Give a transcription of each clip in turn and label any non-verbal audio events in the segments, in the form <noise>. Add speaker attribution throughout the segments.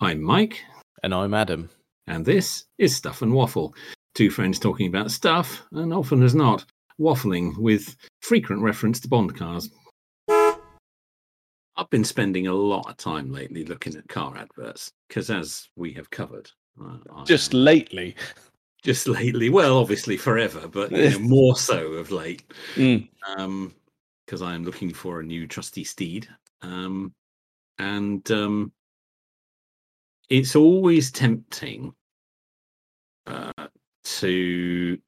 Speaker 1: I'm Mike,
Speaker 2: And I'm Adam.
Speaker 1: and this is Stuff and Waffle. Two friends talking about stuff, and often as not, waffling with frequent reference to Bond cars. I've been spending a lot of time lately looking at car adverts because, as we have covered, uh, I
Speaker 3: just
Speaker 1: am-
Speaker 3: lately.
Speaker 1: just lately. Well, obviously forever, but you know, more so of late.
Speaker 3: Mm.
Speaker 1: um because i am looking for a new trusty steed um and um it's always tempting uh to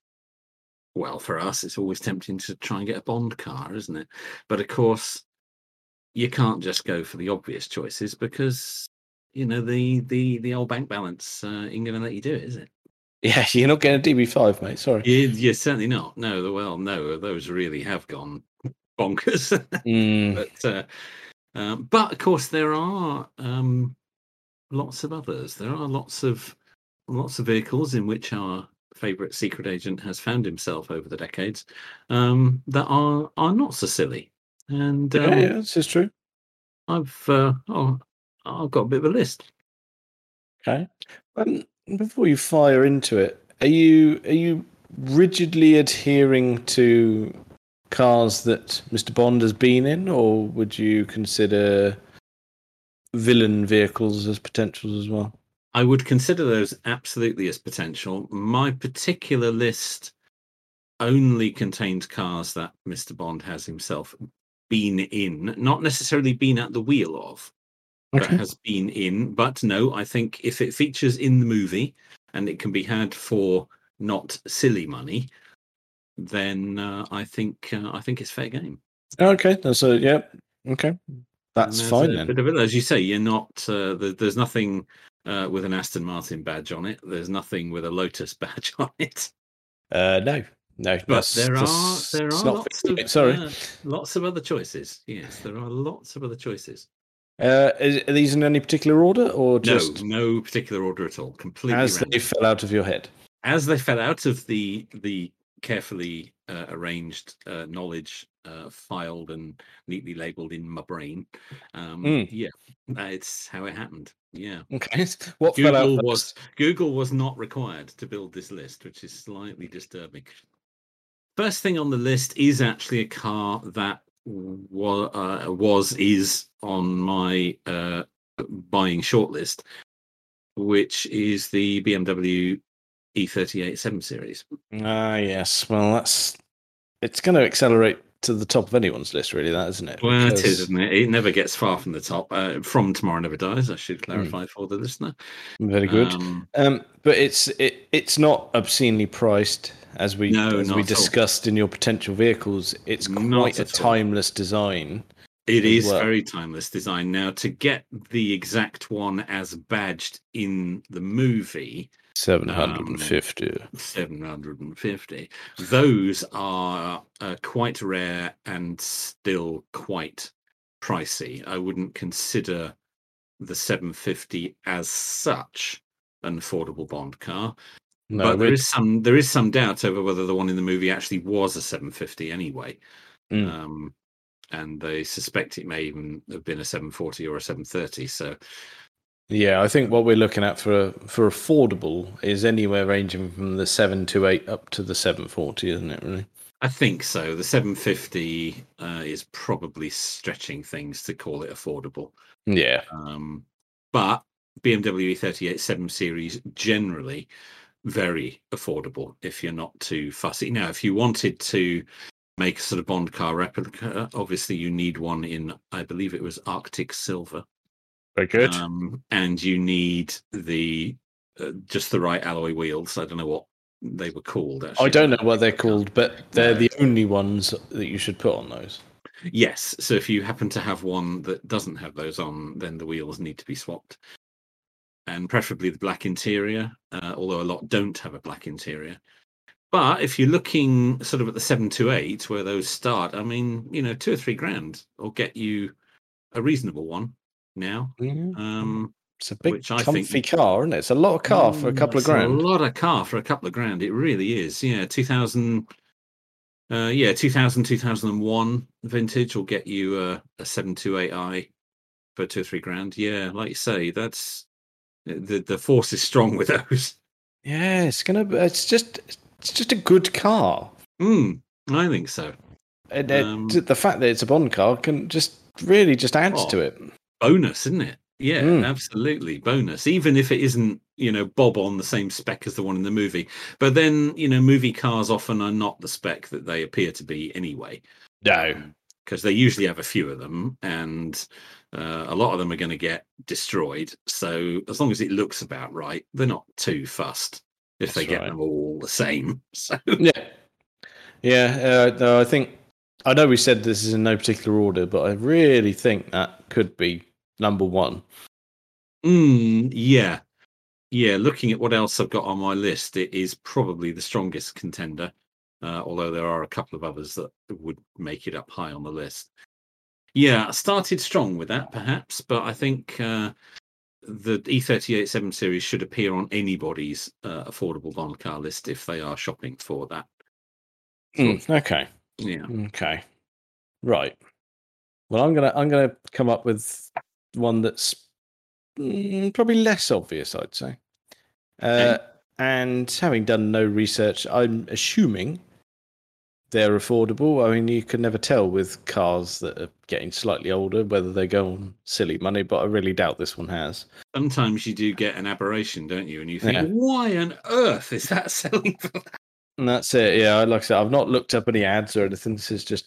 Speaker 1: well for us it's always tempting to try and get a bond car isn't it but of course you can't just go for the obvious choices because you know the the the old bank balance uh, ain't gonna let you do it is it
Speaker 3: <laughs> Yeah, you're not getting a DB5, mate. Sorry.
Speaker 1: you, you're certainly not no well no those really have gone bonkers <laughs>
Speaker 3: Mm.
Speaker 1: but uh, um, but of course there are um, lots of others. There are lots of lots of vehicles in which our favourite secret agent has found himself over the decades um, that are are not so silly. And um,
Speaker 3: Yeah, Oh, yeah, this is true.
Speaker 1: I've uh, oh, I've got a bit of a list.
Speaker 3: Okay. Um, before you fire into it, are you are you rigidly adhering to cars that Mr. Bond has been in, or would you consider villain vehicles as potentials as well?
Speaker 1: I would consider those absolutely as potential. My particular list only contains cars that Mr. Bond has himself been in, not necessarily been at the wheel of, but
Speaker 3: Okay.
Speaker 1: has been in. But no, I think if it features in the movie and it can be had for not silly money, then uh, I think uh, I think it's fair game.
Speaker 3: Oh, Okay. That's a yeah. Okay.
Speaker 1: And
Speaker 3: That's
Speaker 1: there's
Speaker 3: fine
Speaker 1: a
Speaker 3: then.
Speaker 1: bit of it. As you say, you're not. Uh, there, there's nothing uh, with an Aston Martin badge on it. There's nothing with a Lotus <laughs> badge on it.
Speaker 3: Uh, no, no.
Speaker 1: But
Speaker 3: that's-
Speaker 1: there are
Speaker 3: that's-
Speaker 1: there
Speaker 3: it's
Speaker 1: are
Speaker 3: not
Speaker 1: lots
Speaker 3: fitting
Speaker 1: of
Speaker 3: it, sorry.
Speaker 1: uh, lots of other choices. Yes, there are lots of other choices.
Speaker 3: Uh, is, are these in any particular order, or just
Speaker 1: no, no particular order at all. Completely
Speaker 3: as they
Speaker 1: random.
Speaker 3: fell out of your head? <laughs>
Speaker 1: as they fell out of the the carefully uh, arranged uh, knowledge uh, filed and neatly labeled in my brain. Um,
Speaker 3: Mm.
Speaker 1: Yeah, that's how it happened. Yeah.
Speaker 3: Okay. What fell out
Speaker 1: Google
Speaker 3: first?
Speaker 1: was Google was not required to build this list, which is slightly disturbing. First thing on the list is actually a car that was, uh, was is on my uh, buying shortlist, which is the BMW E38 7 E Series.
Speaker 3: Ah, yes. Well, that's it's going to accelerate to the top of anyone's list, really. That isn't it?
Speaker 1: Well, it
Speaker 3: Because-
Speaker 1: is, isn't it? It never gets far from the top. Uh, from Tomorrow Never Dies, I should clarify for the listener.
Speaker 3: Very good. Um,
Speaker 1: Um,
Speaker 3: but it's it, it's not obscenely priced as we
Speaker 1: No,
Speaker 3: as
Speaker 1: not
Speaker 3: we
Speaker 1: at all.
Speaker 3: discussed in your potential vehicles. It's
Speaker 1: Not
Speaker 3: quite a
Speaker 1: at all. Um,
Speaker 3: timeless design.
Speaker 1: It
Speaker 3: as
Speaker 1: is
Speaker 3: well.
Speaker 1: very timeless design. Now, to get the exact one as badged in the movie,
Speaker 3: Seven hundred and fifty.
Speaker 1: 750, those are uh, quite rare and still quite pricey. I wouldn't consider the 750 as such an affordable Bond car,
Speaker 3: no,
Speaker 1: but there
Speaker 3: we're-
Speaker 1: is some there is some doubt over whether the one in the movie actually was a 750 anyway.
Speaker 3: Mm.
Speaker 1: Um, and they suspect it may even have been a 740 or a 730. So
Speaker 3: Yeah, I think what we're looking at for for affordable is anywhere ranging from the seven to eight up to the seven forty, isn't it? Really?
Speaker 1: I think so. The 750 uh, is probably stretching things to call it affordable.
Speaker 3: Yeah.
Speaker 1: Um, but BMW E38 7 E Series generally very affordable if you're not too fussy. Now, if you wanted to make a sort of Bond car replica, obviously you need one in, I believe it was Arctic Silver.
Speaker 3: Very good.
Speaker 1: Um, and you need the uh, just the right alloy wheels. I don't know what they were called. Actually.
Speaker 3: I don't know what they're
Speaker 1: called.
Speaker 3: called, but they're
Speaker 1: No.
Speaker 3: the only ones that you should put on those.
Speaker 1: Yes. So if you happen to have one that doesn't have those on, then the wheels need to be swapped. And preferably the black interior, uh, although a lot don't have a black interior. But if you're looking sort of at the seven to eight, where those start, I mean, you know, two or three grand will get you a reasonable one now. Um,
Speaker 3: It's a big,
Speaker 1: which I think
Speaker 3: comfy
Speaker 1: you-
Speaker 3: car, isn't it? It's a lot of car for a
Speaker 1: Mm,
Speaker 3: couple of
Speaker 1: it's
Speaker 3: grand.
Speaker 1: A lot of car for a couple of grand. It really is. Yeah, 2000, uh, yeah, 2000, 2001 vintage will get you a, a 728i for two or three grand. Yeah, like you say, that's The the force is strong with <laughs> those.
Speaker 3: Yeah, it's gonna. be- It's just. It's just a good car.
Speaker 1: Mm, I think so.
Speaker 3: And it-
Speaker 1: Um,
Speaker 3: the fact that it's a Bond car can just really just adds
Speaker 1: Oh.
Speaker 3: to it.
Speaker 1: Bonus, isn't it? Yeah,
Speaker 3: Mm.
Speaker 1: absolutely. Bonus. Even if it isn't, you know, Bob on the same spec as the one in the movie. But then, you know, movie cars often are not the spec that they appear to be anyway.
Speaker 3: No.
Speaker 1: because they usually have a few of them, and uh, a lot of them are going to get destroyed. So as long as it looks about right, they're not too fussed if they
Speaker 3: That's
Speaker 1: get
Speaker 3: right.
Speaker 1: them all the same. <laughs> So
Speaker 3: Yeah. Yeah. Uh, no, I think. I know we said this is in no particular order, but I really think that could be number one.
Speaker 1: mm, yeah, yeah. Looking at what else I've got on my list, it is probably the strongest contender. Uh, although there are a couple of others that would make it up high on the list. Yeah, I started strong with that perhaps, but I think uh, the E387 series should appear on anybody's uh, affordable Bond car list if they are shopping for that.
Speaker 3: Mm, okay.
Speaker 1: Yeah.
Speaker 3: Okay. Right. Well, I'm gonna I'm gonna come up with one that's mm, probably less obvious, I'd say. Uh, And having done no research, I'm assuming they're affordable. I mean, you can never tell with cars that are getting slightly older whether they go on silly money, but I really doubt this one has.
Speaker 1: Sometimes you do get an aberration, don't you? And you think,
Speaker 3: Yeah.
Speaker 1: why on earth is that <laughs> selling for that?
Speaker 3: And that's it. Yeah, I- like I said, I've not looked up any ads or anything. This is just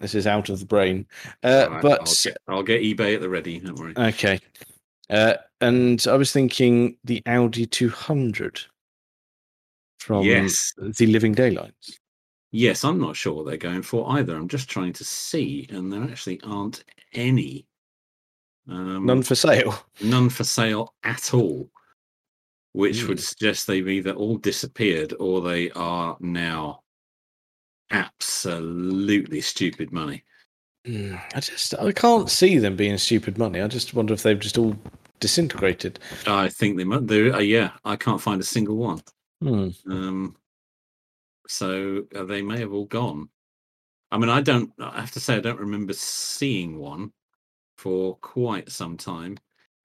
Speaker 3: this is out of the brain. Uh,
Speaker 1: All right,
Speaker 3: but
Speaker 1: I'll get, I'll get eBay at the ready. Don't worry.
Speaker 3: Okay. Uh, and I was thinking the Audi 200 from
Speaker 1: yes.
Speaker 3: the Living Daylights.
Speaker 1: Yes, I'm not sure what they're going for either. I'm just trying to see, and there actually aren't any. Um,
Speaker 3: None for sale.
Speaker 1: none for sale at all, which would
Speaker 3: Mm.
Speaker 1: suggest they've either all disappeared or they are now absolutely stupid money.
Speaker 3: Mm, I just I can't see them being stupid money. I just wonder if they've just all disintegrated.
Speaker 1: I think they might. There, uh, yeah, I can't find a single one.
Speaker 3: <laughs> Hmm.
Speaker 1: Um, so uh, they may have all gone. I mean, I don't. I have to say, I don't remember seeing one for quite some time.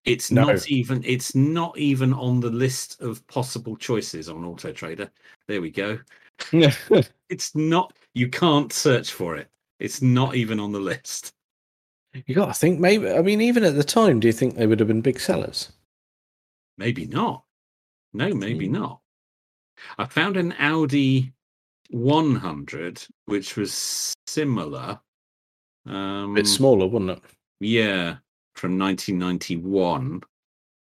Speaker 1: It's
Speaker 3: No.
Speaker 1: not even. It's not even on the list of possible choices on Auto Trader. There we go. It's not. You can't search for it. It's not even on the list.
Speaker 3: you got to think maybe. I mean, even at the time, do you think they would have been big sellers?
Speaker 1: Maybe not. No, maybe
Speaker 3: Mm.
Speaker 1: not. I found an Audi 100, which was similar. Um,
Speaker 3: A bit smaller, wouldn't it?
Speaker 1: Yeah, from 1991.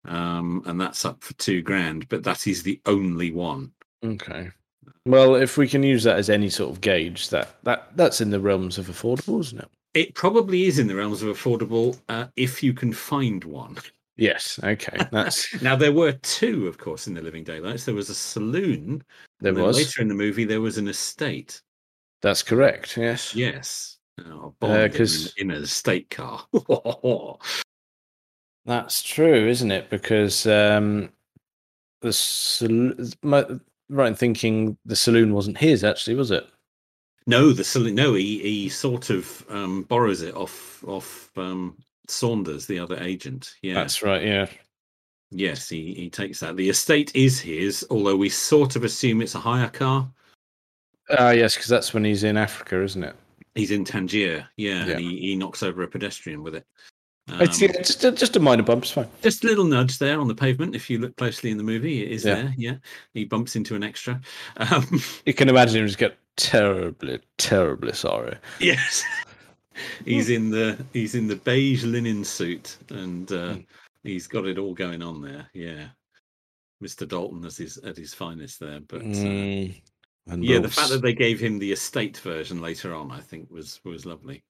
Speaker 1: Um, and that's up for two grand, but that is the only one.
Speaker 3: Okay. Well, if we can use that as any sort of gauge, that that that's in the realms of affordable, isn't it?
Speaker 1: It probably is in the realms of affordable uh, if you can find one.
Speaker 3: Yes. Okay. <laughs> That's
Speaker 1: Now, there were two, of course, in the Living Daylights. There was a saloon
Speaker 3: there
Speaker 1: And then
Speaker 3: was.
Speaker 1: later in the movie there was an estate.
Speaker 3: That's correct. Yes.
Speaker 1: Yes. Oh, Bond in an-
Speaker 3: Uh, 'cause-
Speaker 1: in, an estate car. <laughs>
Speaker 3: That's true, isn't it? Because um, the sal- my, right in thinking the saloon wasn't his, actually, was it?
Speaker 1: no, the saloon. No, he, he sort of um, borrows it off off um, Saunders, the other agent. Yeah.
Speaker 3: That's right. Yeah.
Speaker 1: Yes, he, he takes that. The estate is his, although we sort of assume it's a hire car.
Speaker 3: Ah, yes, because that's when he's in Africa, isn't it?
Speaker 1: He's in Tangier. Yeah,
Speaker 3: Yeah.
Speaker 1: and he, he knocks over a pedestrian with it.
Speaker 3: it's
Speaker 1: Um,
Speaker 3: yeah, just a, just a minor bump. It's fine.
Speaker 1: just a little nudge there on the pavement. If you look closely in the movie, it is
Speaker 3: Yeah.
Speaker 1: there. Yeah, he bumps into an extra. <laughs> Um,
Speaker 3: You can imagine him just get terribly, terribly sorry.
Speaker 1: Yes. he's in the he's in the beige linen suit and uh,
Speaker 3: Mm.
Speaker 1: he's got it all going on there. Yeah. Mr. Dalton as his at his finest there. But uh,
Speaker 3: Mm, and
Speaker 1: yeah, the
Speaker 3: Bruce.
Speaker 1: fact that they gave him the estate version later on, I think was was lovely.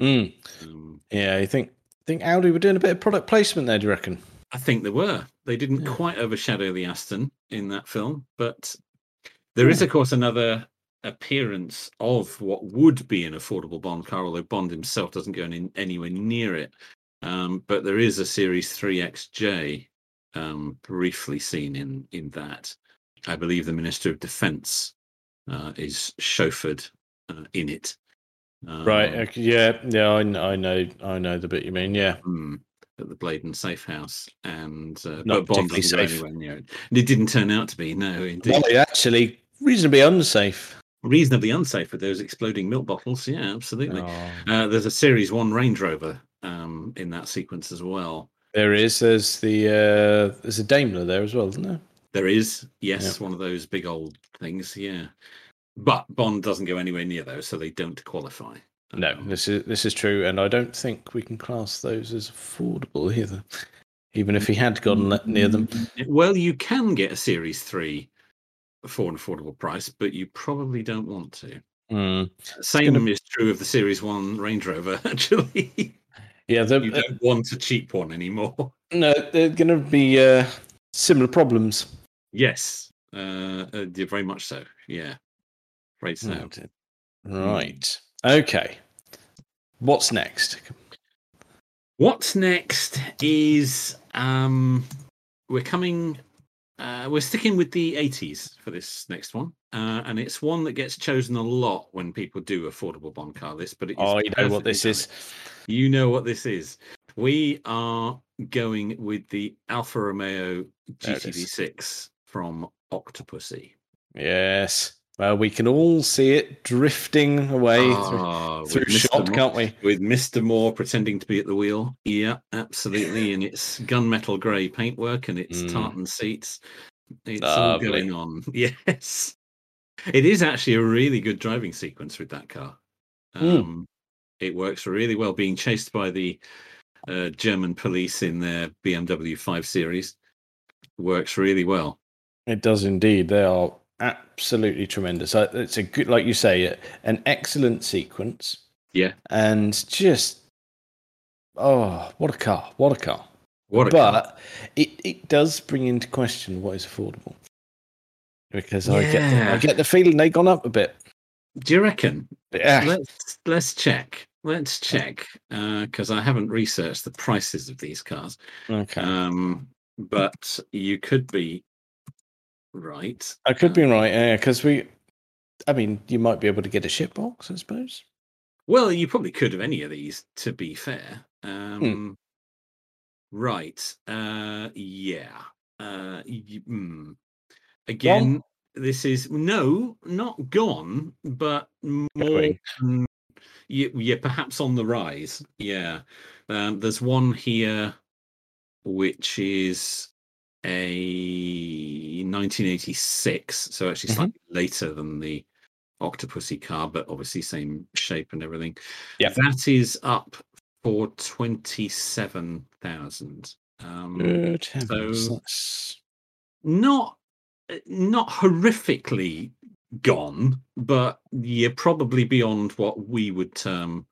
Speaker 3: Mm,
Speaker 1: Um,
Speaker 3: yeah, you think think Audi were doing a bit of product placement there? Do you reckon?
Speaker 1: I think there were. They didn't
Speaker 3: Yeah.
Speaker 1: quite overshadow the Aston in that film, but there is, of course, another appearance of what would be an affordable Bond car, although Bond himself doesn't go in, anywhere near it. Um, but there is a Series 3XJ um, briefly seen in, in that. I believe the Minister of Defense uh, is chauffeured uh, in it.
Speaker 3: Right. uh,
Speaker 1: Um,
Speaker 3: Okay, yeah. Yeah. I, kn- I know. I know the bit you mean. Yeah.
Speaker 1: Mm. at the Bladen safe house, and uh, but
Speaker 3: Not
Speaker 1: Bond
Speaker 3: particularly
Speaker 1: doesn't go
Speaker 3: safe.
Speaker 1: anywhere near it. And it didn't turn out to be. No, indeed,
Speaker 3: Well, they're actually reasonably unsafe.
Speaker 1: reasonably unsafe with those exploding milk bottles. Yeah, absolutely.
Speaker 3: Oh.
Speaker 1: Uh, there's a Series One Range Rover um, in that sequence as well.
Speaker 3: There is. There's the uh, there's a Daimler there as well, isn't there?
Speaker 1: There is, yes, one of those big old things. Yeah, but Bond doesn't go anywhere near those, so they don't qualify.
Speaker 3: No,
Speaker 1: Um,
Speaker 3: this is this is true, and I don't think we can class those as affordable <laughs> either. Even if he had gone le- near them,
Speaker 1: Well, you can get a Series Three for an affordable price, but you probably don't want to.
Speaker 3: Hmm.
Speaker 1: Same is true of the Series One Range Rover. <laughs> Actually,
Speaker 3: yeah,
Speaker 1: you
Speaker 3: they're,
Speaker 1: don't want a cheap one anymore. <laughs>
Speaker 3: no, they're going to be uh, similar problems.
Speaker 1: Yes, uh, uh, yeah, very much so. Yeah, right. So
Speaker 3: Oh, dear. Right. Okay. What's next?
Speaker 1: what's next is um, we're coming. Uh, we're sticking with the 80s for this next one, uh, and it's one that gets chosen a lot when people do affordable bond car lists. But it is
Speaker 3: Oh, you know what
Speaker 1: perfectly
Speaker 3: this
Speaker 1: valid.
Speaker 3: is.
Speaker 1: You know what this is. We are going with the Alfa Romeo
Speaker 3: There it is.
Speaker 1: GTV6 from Octopussy.
Speaker 3: Yes. Well, we can all see it drifting away
Speaker 1: Ah,
Speaker 3: through,
Speaker 1: with
Speaker 3: through
Speaker 1: Mr.
Speaker 3: shot,
Speaker 1: Mo-
Speaker 3: can't we?
Speaker 1: With Mr. Moore pretending to be at the wheel. Yeah, absolutely. and it's gunmetal grey paintwork and it's
Speaker 3: Mm.
Speaker 1: tartan seats. It's
Speaker 3: Lovely.
Speaker 1: all going on. <laughs> Yes. It is actually a really good driving sequence with that car.
Speaker 3: Mm.
Speaker 1: Um, It works really well being chased by the uh, German police in their BMW 5 Series. Works really well.
Speaker 3: It does indeed. They are absolutely tremendous. Uh, It's a good, like you say, uh, an excellent sequence.
Speaker 1: Yeah.
Speaker 3: And just, oh, what a car! What a car!
Speaker 1: What a car.
Speaker 3: but it it does bring into question what is affordable, because I get the, I
Speaker 1: Yeah.
Speaker 3: get the feeling they've gone up a bit.
Speaker 1: Do you reckon?
Speaker 3: Yeah.
Speaker 1: let's let's check let's check because i haven't researched the prices of these cars
Speaker 3: Okay.
Speaker 1: um but you could be right
Speaker 3: I could be right. Yeah, because we, I mean, you might be able to get a ship box, I suppose.
Speaker 1: well you probably could have any of these to be fair um right uh yeah uh y- mm. again this is no not gone but more
Speaker 3: Going.
Speaker 1: Mm, yeah, yeah, perhaps on the rise. Yeah, um, there's one here, which is a 1986, so actually
Speaker 3: Mhm.
Speaker 1: slightly later than the Octopussy car, but obviously same shape and everything.
Speaker 3: Yep.
Speaker 1: that is up for twenty-seven thousand. Um,
Speaker 3: Good heavens,
Speaker 1: so-
Speaker 3: that's-
Speaker 1: not uh, not horrifically gone, but yeah, probably beyond what we would term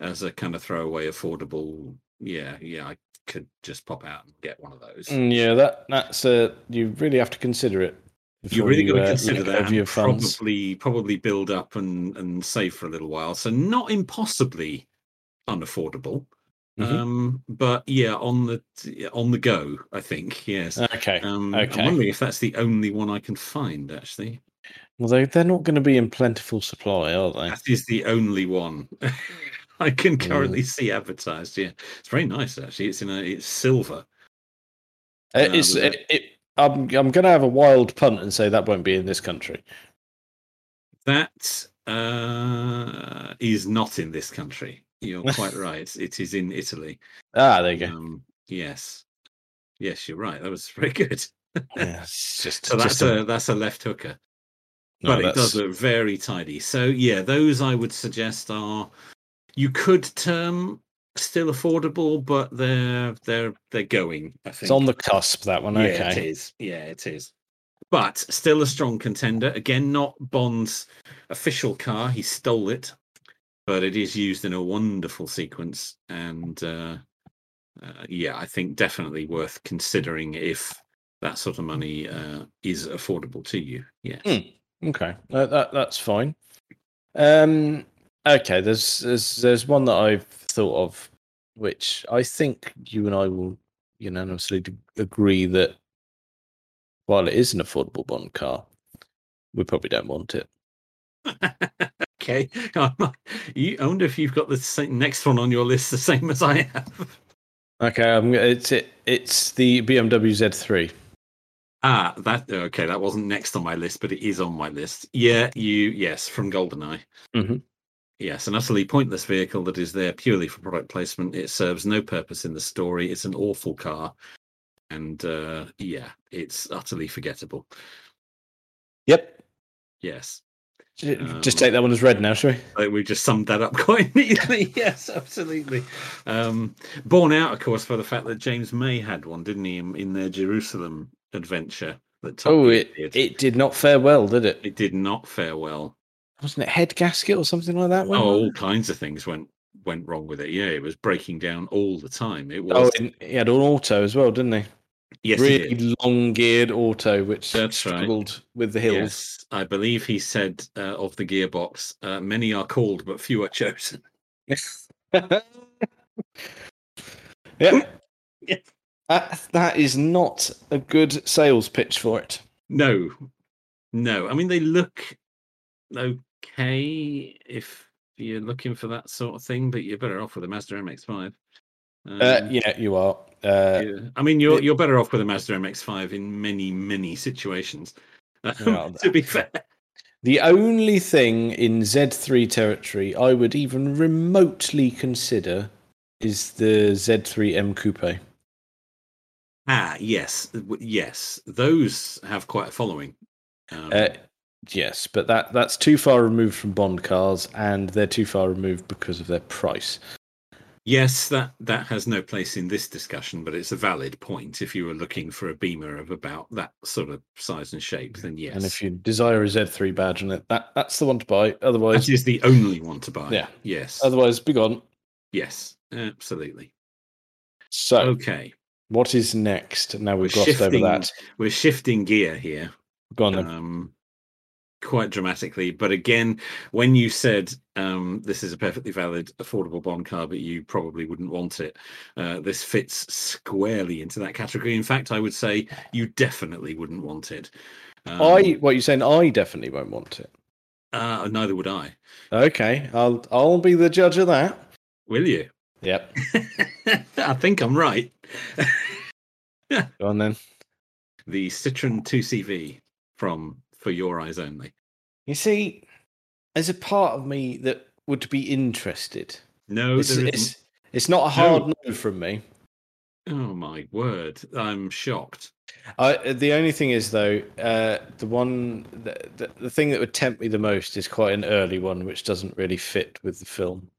Speaker 1: as a kind of throwaway affordable. Yeah, yeah, I could just pop out and get one of those.
Speaker 3: Mm, yeah, that that's uh, you really have to consider it.
Speaker 1: you
Speaker 3: before
Speaker 1: really got to
Speaker 3: uh,
Speaker 1: consider
Speaker 3: let go
Speaker 1: that
Speaker 3: of your
Speaker 1: and
Speaker 3: funds.
Speaker 1: probably probably build up and and save for a little while. So not impossibly unaffordable.
Speaker 3: Mhm.
Speaker 1: Um, but yeah, on the on the go, I think yes.
Speaker 3: okay.
Speaker 1: Um,
Speaker 3: Ah, okay.
Speaker 1: I'm wondering if that's the only one I can find actually.
Speaker 3: well, they they're not going to be in plentiful supply, are they?
Speaker 1: That is the only one <laughs> I can
Speaker 3: Mm.
Speaker 1: currently see advertised. Yeah, it's very nice actually. It's in a it's silver.
Speaker 3: Uh, it's
Speaker 1: but-
Speaker 3: it, it, I'm I'm going to have a wild punt and say that won't be in this country.
Speaker 1: That uh, is not in this country. You're
Speaker 3: <laughs>
Speaker 1: quite right. It is in Italy.
Speaker 3: Ah, there you go.
Speaker 1: Um, yes, yes, you're right. That was <laughs> very good.
Speaker 3: Yeah, it's just,
Speaker 1: So that's
Speaker 3: just a-
Speaker 1: a that's a left hooker.
Speaker 3: no,
Speaker 1: but it
Speaker 3: that's-
Speaker 1: does look very tidy. So yeah, those I would suggest are you could term still affordable, but they're they're they're going. I think
Speaker 3: It's on the cusp that one.
Speaker 1: yeah,
Speaker 3: Okay.
Speaker 1: it is. Yeah, it is. But still a strong contender. Again, not Bond's official car. He stole it, but it is used in a wonderful sequence. And uh, uh, yeah, I think definitely worth considering if that sort of money uh, is affordable to you. Yes.
Speaker 3: Hmm. Okay, uh, that that's fine. Um, okay, there's there's there's one that I've thought of, which I think you and I will unanimously d- agree that while it is an affordable bond car, we probably don't want it.
Speaker 1: <laughs> okay. <laughs> you, I wonder if you've got the same, next one on your list the same as I have.
Speaker 3: Okay, I'm, g- it's it, it's the BMW Z3.
Speaker 1: Ah, that okay. That wasn't next on my list, but it is on my list. Yeah, you yes from Goldeneye.
Speaker 3: Mhm.
Speaker 1: Yes, an utterly pointless vehicle that is there purely for product placement. It serves no purpose in the story. It's an awful car, and uh, yeah, it's utterly forgettable.
Speaker 3: Yep.
Speaker 1: Yes,
Speaker 3: J-
Speaker 1: Um,
Speaker 3: Just take that one as red now, shall we?
Speaker 1: Uh, we just summed that up <laughs> quite neatly. yes, absolutely. Um, borne out, of course, by the fact that James May had one, didn't he, in, in their Jerusalem adventure? That Top
Speaker 3: Oh,
Speaker 1: Gear
Speaker 3: it
Speaker 1: did.
Speaker 3: it did not fare well, did it?
Speaker 1: It did not fare well.
Speaker 3: Wasn't it head gasket or something like that? wasn't
Speaker 1: Oh,
Speaker 3: it?
Speaker 1: all kinds of things went went wrong with it. Yeah, it was breaking down all the time. It
Speaker 3: Oh,
Speaker 1: was
Speaker 3: and he had an auto as well, didn't he?
Speaker 1: yes, it did.
Speaker 3: really long geared auto, which
Speaker 1: That's right.
Speaker 3: struggled with the hills. <laughs>
Speaker 1: Yes, I believe he said uh, of the gearbox, uh, many are called but few are chosen. <laughs>
Speaker 3: yep.
Speaker 1: Yeah.
Speaker 3: That, that is not a good sales pitch for it.
Speaker 1: No, no. I mean, they look okay if you're looking for that sort of thing, but you're better off with a Mazda MX-5. Um,
Speaker 3: Uh, yeah, you are. Uh,
Speaker 1: yeah. I mean, you're
Speaker 3: it-
Speaker 1: you're better off with a Mazda MX-5 in many many situations. <laughs> Um,
Speaker 3: Well,
Speaker 1: to be fair,
Speaker 3: The only thing in Z3 territory I would even remotely consider is the Z3M Coupe.
Speaker 1: Ah, yes, w- yes. Those have quite a following. Um,
Speaker 3: Uh, yes, but that, that's too far removed from Bond cars, and they're too far removed because of their price.
Speaker 1: yes, that that has no place in this discussion, but it's a valid point. If you were looking for a Beamer of about that sort of size and shape, then yes,
Speaker 3: And if you desire a Z3 badge on it, that, that's the one to buy.
Speaker 1: that
Speaker 3: Otherwise,
Speaker 1: is the only one to buy.
Speaker 3: Yeah.
Speaker 1: Yes.
Speaker 3: otherwise, be gone.
Speaker 1: yes. Absolutely.
Speaker 3: So,
Speaker 1: Okay.
Speaker 3: what is next? Now we've
Speaker 1: We're
Speaker 3: glossed over
Speaker 1: shifting-
Speaker 3: that.
Speaker 1: We're shifting gear here.
Speaker 3: Go on then.
Speaker 1: um, quite dramatically. But again, when you said um, this is a perfectly valid, affordable bond car, but you probably wouldn't want it, uh, this fits squarely into that category. In fact, I would say you definitely wouldn't want it. Um,
Speaker 3: I what you're saying? I definitely won't want it.
Speaker 1: uh, neither would I.
Speaker 3: Okay, I'll I'll be the judge of that.
Speaker 1: Will you? <laughs>
Speaker 3: Yep.
Speaker 1: I think I'm right.
Speaker 3: Go on then.
Speaker 1: The Citroen 2CV from For Your Eyes Only.
Speaker 3: You see, there's a part of me that would be interested.
Speaker 1: No,
Speaker 3: It's
Speaker 1: there isn't.
Speaker 3: it's, it's not a hard no. from me.
Speaker 1: Oh my word! I'm shocked.
Speaker 3: I, the only thing is though, uh, the one the, the, the thing that would tempt me the most is quite an early one, which doesn't really fit with the film.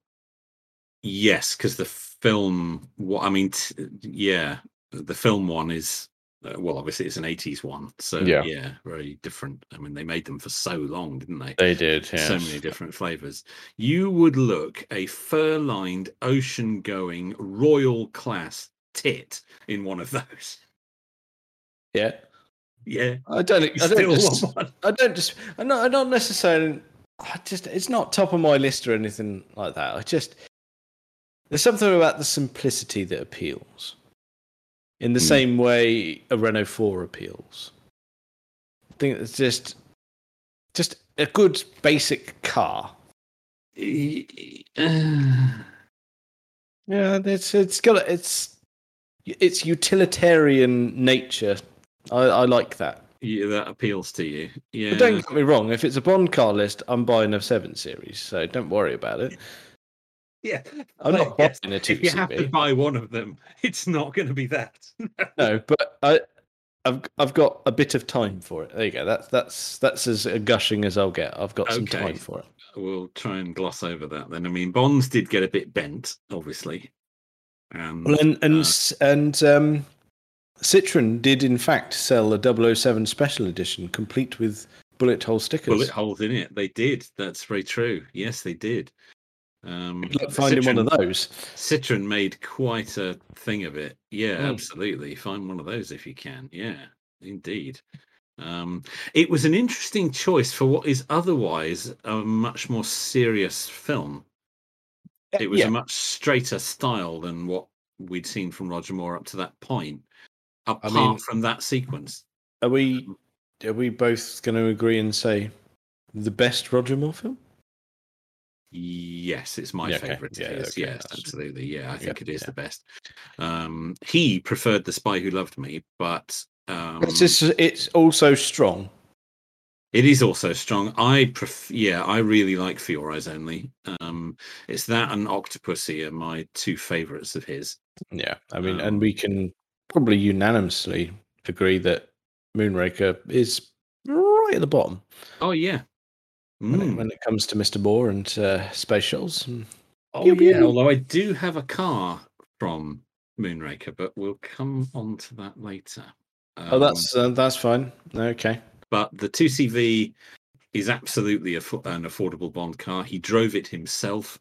Speaker 1: Yes, because the film. What I mean, t- yeah, the film one is uh, well, obviously it's an '80s one, so
Speaker 3: Yeah.
Speaker 1: yeah. very different. I mean, they made them for so long, didn't they?
Speaker 3: They did,
Speaker 1: So many different flavors. You would look a fur-lined, ocean-going, royal class tit in one of <laughs> those.
Speaker 3: Yeah,
Speaker 1: Yeah,
Speaker 3: I don't.
Speaker 1: you
Speaker 3: I don't,
Speaker 1: still
Speaker 3: just,
Speaker 1: want one. <laughs>
Speaker 3: I don't just. I'm not. I don't necessarily. I just. It's not top of my list or anything like that. I just. There's something about the simplicity that appeals. In the
Speaker 1: Hmm.
Speaker 3: same way a Renault Four appeals. I think it's just, just a good basic car.
Speaker 1: E- e- uh,
Speaker 3: Yeah, it's it's got a- it's it's utilitarian nature. I, I like that.
Speaker 1: yeah, that appeals to you. Yeah.
Speaker 3: But don't get me wrong. If it's a Bond car list, I'm buying a seven series, so don't worry about it.
Speaker 1: <laughs> yeah.
Speaker 3: I'm not buying
Speaker 1: Yes,
Speaker 3: a two
Speaker 1: If you have to
Speaker 3: CV.
Speaker 1: buy one of them, <laughs> it's not going to be that.
Speaker 3: No, but I, I've I've got a bit of time for it. There you go. That's that's that's as gushing as I'll get. I've got some
Speaker 1: Okay.
Speaker 3: time for it.
Speaker 1: we'll try and gloss over that then. I mean, Bonds did get a bit bent, obviously. Um,
Speaker 3: Well, and and
Speaker 1: uh,
Speaker 3: s and um, Citroen did in fact sell a 007 special edition, complete with bullet hole stickers.
Speaker 1: bullet holes in it. They did. That's very true. Yes, they did. Um,
Speaker 3: Good luck finding one of those.
Speaker 1: Citroen made quite a thing of it. Yeah,
Speaker 3: Mm.
Speaker 1: absolutely. Find one of those if you can. Yeah, indeed. Um, it was an interesting choice for what is otherwise a much more serious film.
Speaker 3: Uh,
Speaker 1: it was a much straighter style than what we'd seen from Roger Moore up to that point, apart
Speaker 3: mean-
Speaker 1: from that sequence.
Speaker 3: Are we are we both going to agree and say the best Roger Moore film?
Speaker 1: Yes, it's my
Speaker 3: Yeah, okay.
Speaker 1: favorite.
Speaker 3: Yeah,
Speaker 1: it is.
Speaker 3: okay.
Speaker 1: Yes, absolutely. Yeah, I think it is
Speaker 3: yeah.
Speaker 1: the best. Um, he preferred The Spy Who Loved Me, but um,
Speaker 3: it's just, it's also strong.
Speaker 1: it is also strong. I pref- yeah, I really like For Your Eyes Only. Um, it's that and Octopussy are my two favorites of his.
Speaker 3: Yeah, I mean,
Speaker 1: Um,
Speaker 3: and we can probably unanimously agree that Moonraker is right at the bottom
Speaker 1: Oh yeah.
Speaker 3: when,
Speaker 1: Mm.
Speaker 3: it, when it comes to Mr. Boar and uh, space shuttles. And
Speaker 1: Oh
Speaker 3: Pew,
Speaker 1: yeah,
Speaker 3: pew.
Speaker 1: although I do have a car from Moonraker, but we'll come on to that later.
Speaker 3: oh,
Speaker 1: Um,
Speaker 3: that's uh, that's fine. Okay.
Speaker 1: but the 2CV is absolutely affo- an affordable Bond car. He drove it himself.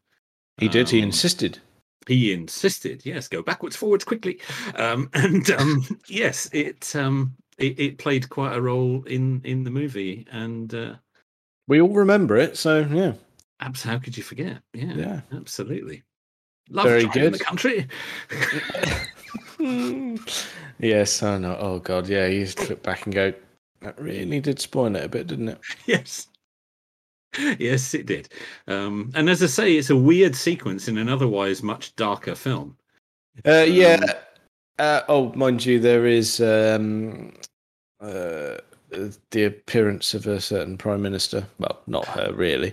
Speaker 3: He did. He
Speaker 1: Um,
Speaker 3: insisted.
Speaker 1: He insisted, yes, go backwards, forwards quickly, um, <laughs> and um, yes, it, um, it it played quite a role in in the movie. And uh,
Speaker 3: We all remember it. So yeah,
Speaker 1: abs, how could you forget? Yeah,
Speaker 3: yeah.
Speaker 1: absolutely. Love
Speaker 3: Very
Speaker 1: driving
Speaker 3: good.
Speaker 1: the country.
Speaker 3: <laughs> yes, I know. Oh God, yeah. You just look back and go, that really did spoil it a bit, didn't it?
Speaker 1: <laughs> yes yes it did um and as i say it's a weird sequence in an otherwise much darker film
Speaker 3: Uh, yeah.
Speaker 1: Um,
Speaker 3: Uh, oh, mind you, there is um, uh, the appearance of a certain prime minister. Well, not her really.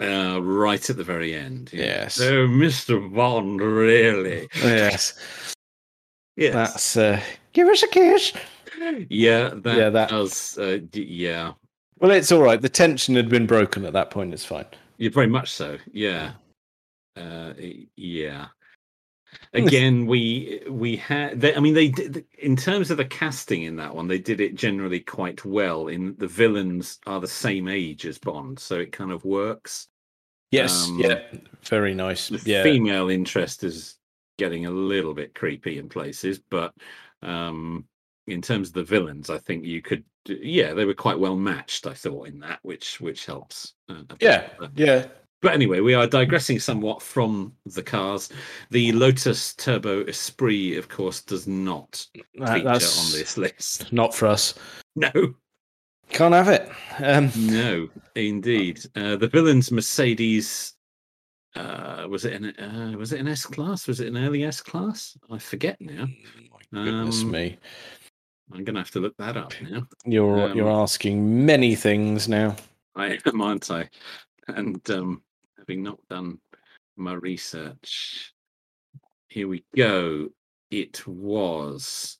Speaker 1: uh right at the very end
Speaker 3: Yes.
Speaker 1: so mr bond really
Speaker 3: Oh, Yes,
Speaker 1: yes
Speaker 3: that's uh, give us a kiss.
Speaker 1: yeah that
Speaker 3: Yeah, that-
Speaker 1: does uh, d- yeah
Speaker 3: Well, it's all right. The tension had been broken at that point. It's fine.
Speaker 1: yeah very much so yeah uh y- yeah again we we had they, i mean they did in terms of the casting in that one they did it generally quite well in that the villains are the same age as bond so it kind of works
Speaker 3: Yes.
Speaker 1: Um,
Speaker 3: yeah. Very nice.
Speaker 1: the
Speaker 3: Yeah.
Speaker 1: female interest is getting a little bit creepy in places, but um, in terms of the villains, I think you could, yeah, they were quite well matched. I thought in that, which which helps. Uh, a bit.
Speaker 3: Yeah.
Speaker 1: But,
Speaker 3: Yeah.
Speaker 1: but anyway, we are digressing somewhat from the cars. The Lotus Turbo Esprit, of course, does not
Speaker 3: That-
Speaker 1: feature
Speaker 3: that's
Speaker 1: on this list. <laughs>
Speaker 3: not for us.
Speaker 1: No.
Speaker 3: Can't have it. Um,
Speaker 1: No, indeed. Uh, the villain's Mercedes. Uh, was it an uh, was it an S class? Was it an early S class? I forget now.
Speaker 3: My goodness
Speaker 1: Um,
Speaker 3: me.
Speaker 1: I'm gonna have to look that up now.
Speaker 3: You're you're asking many things now.
Speaker 1: I am, aren't I? And um, having not done my research, here we go. It was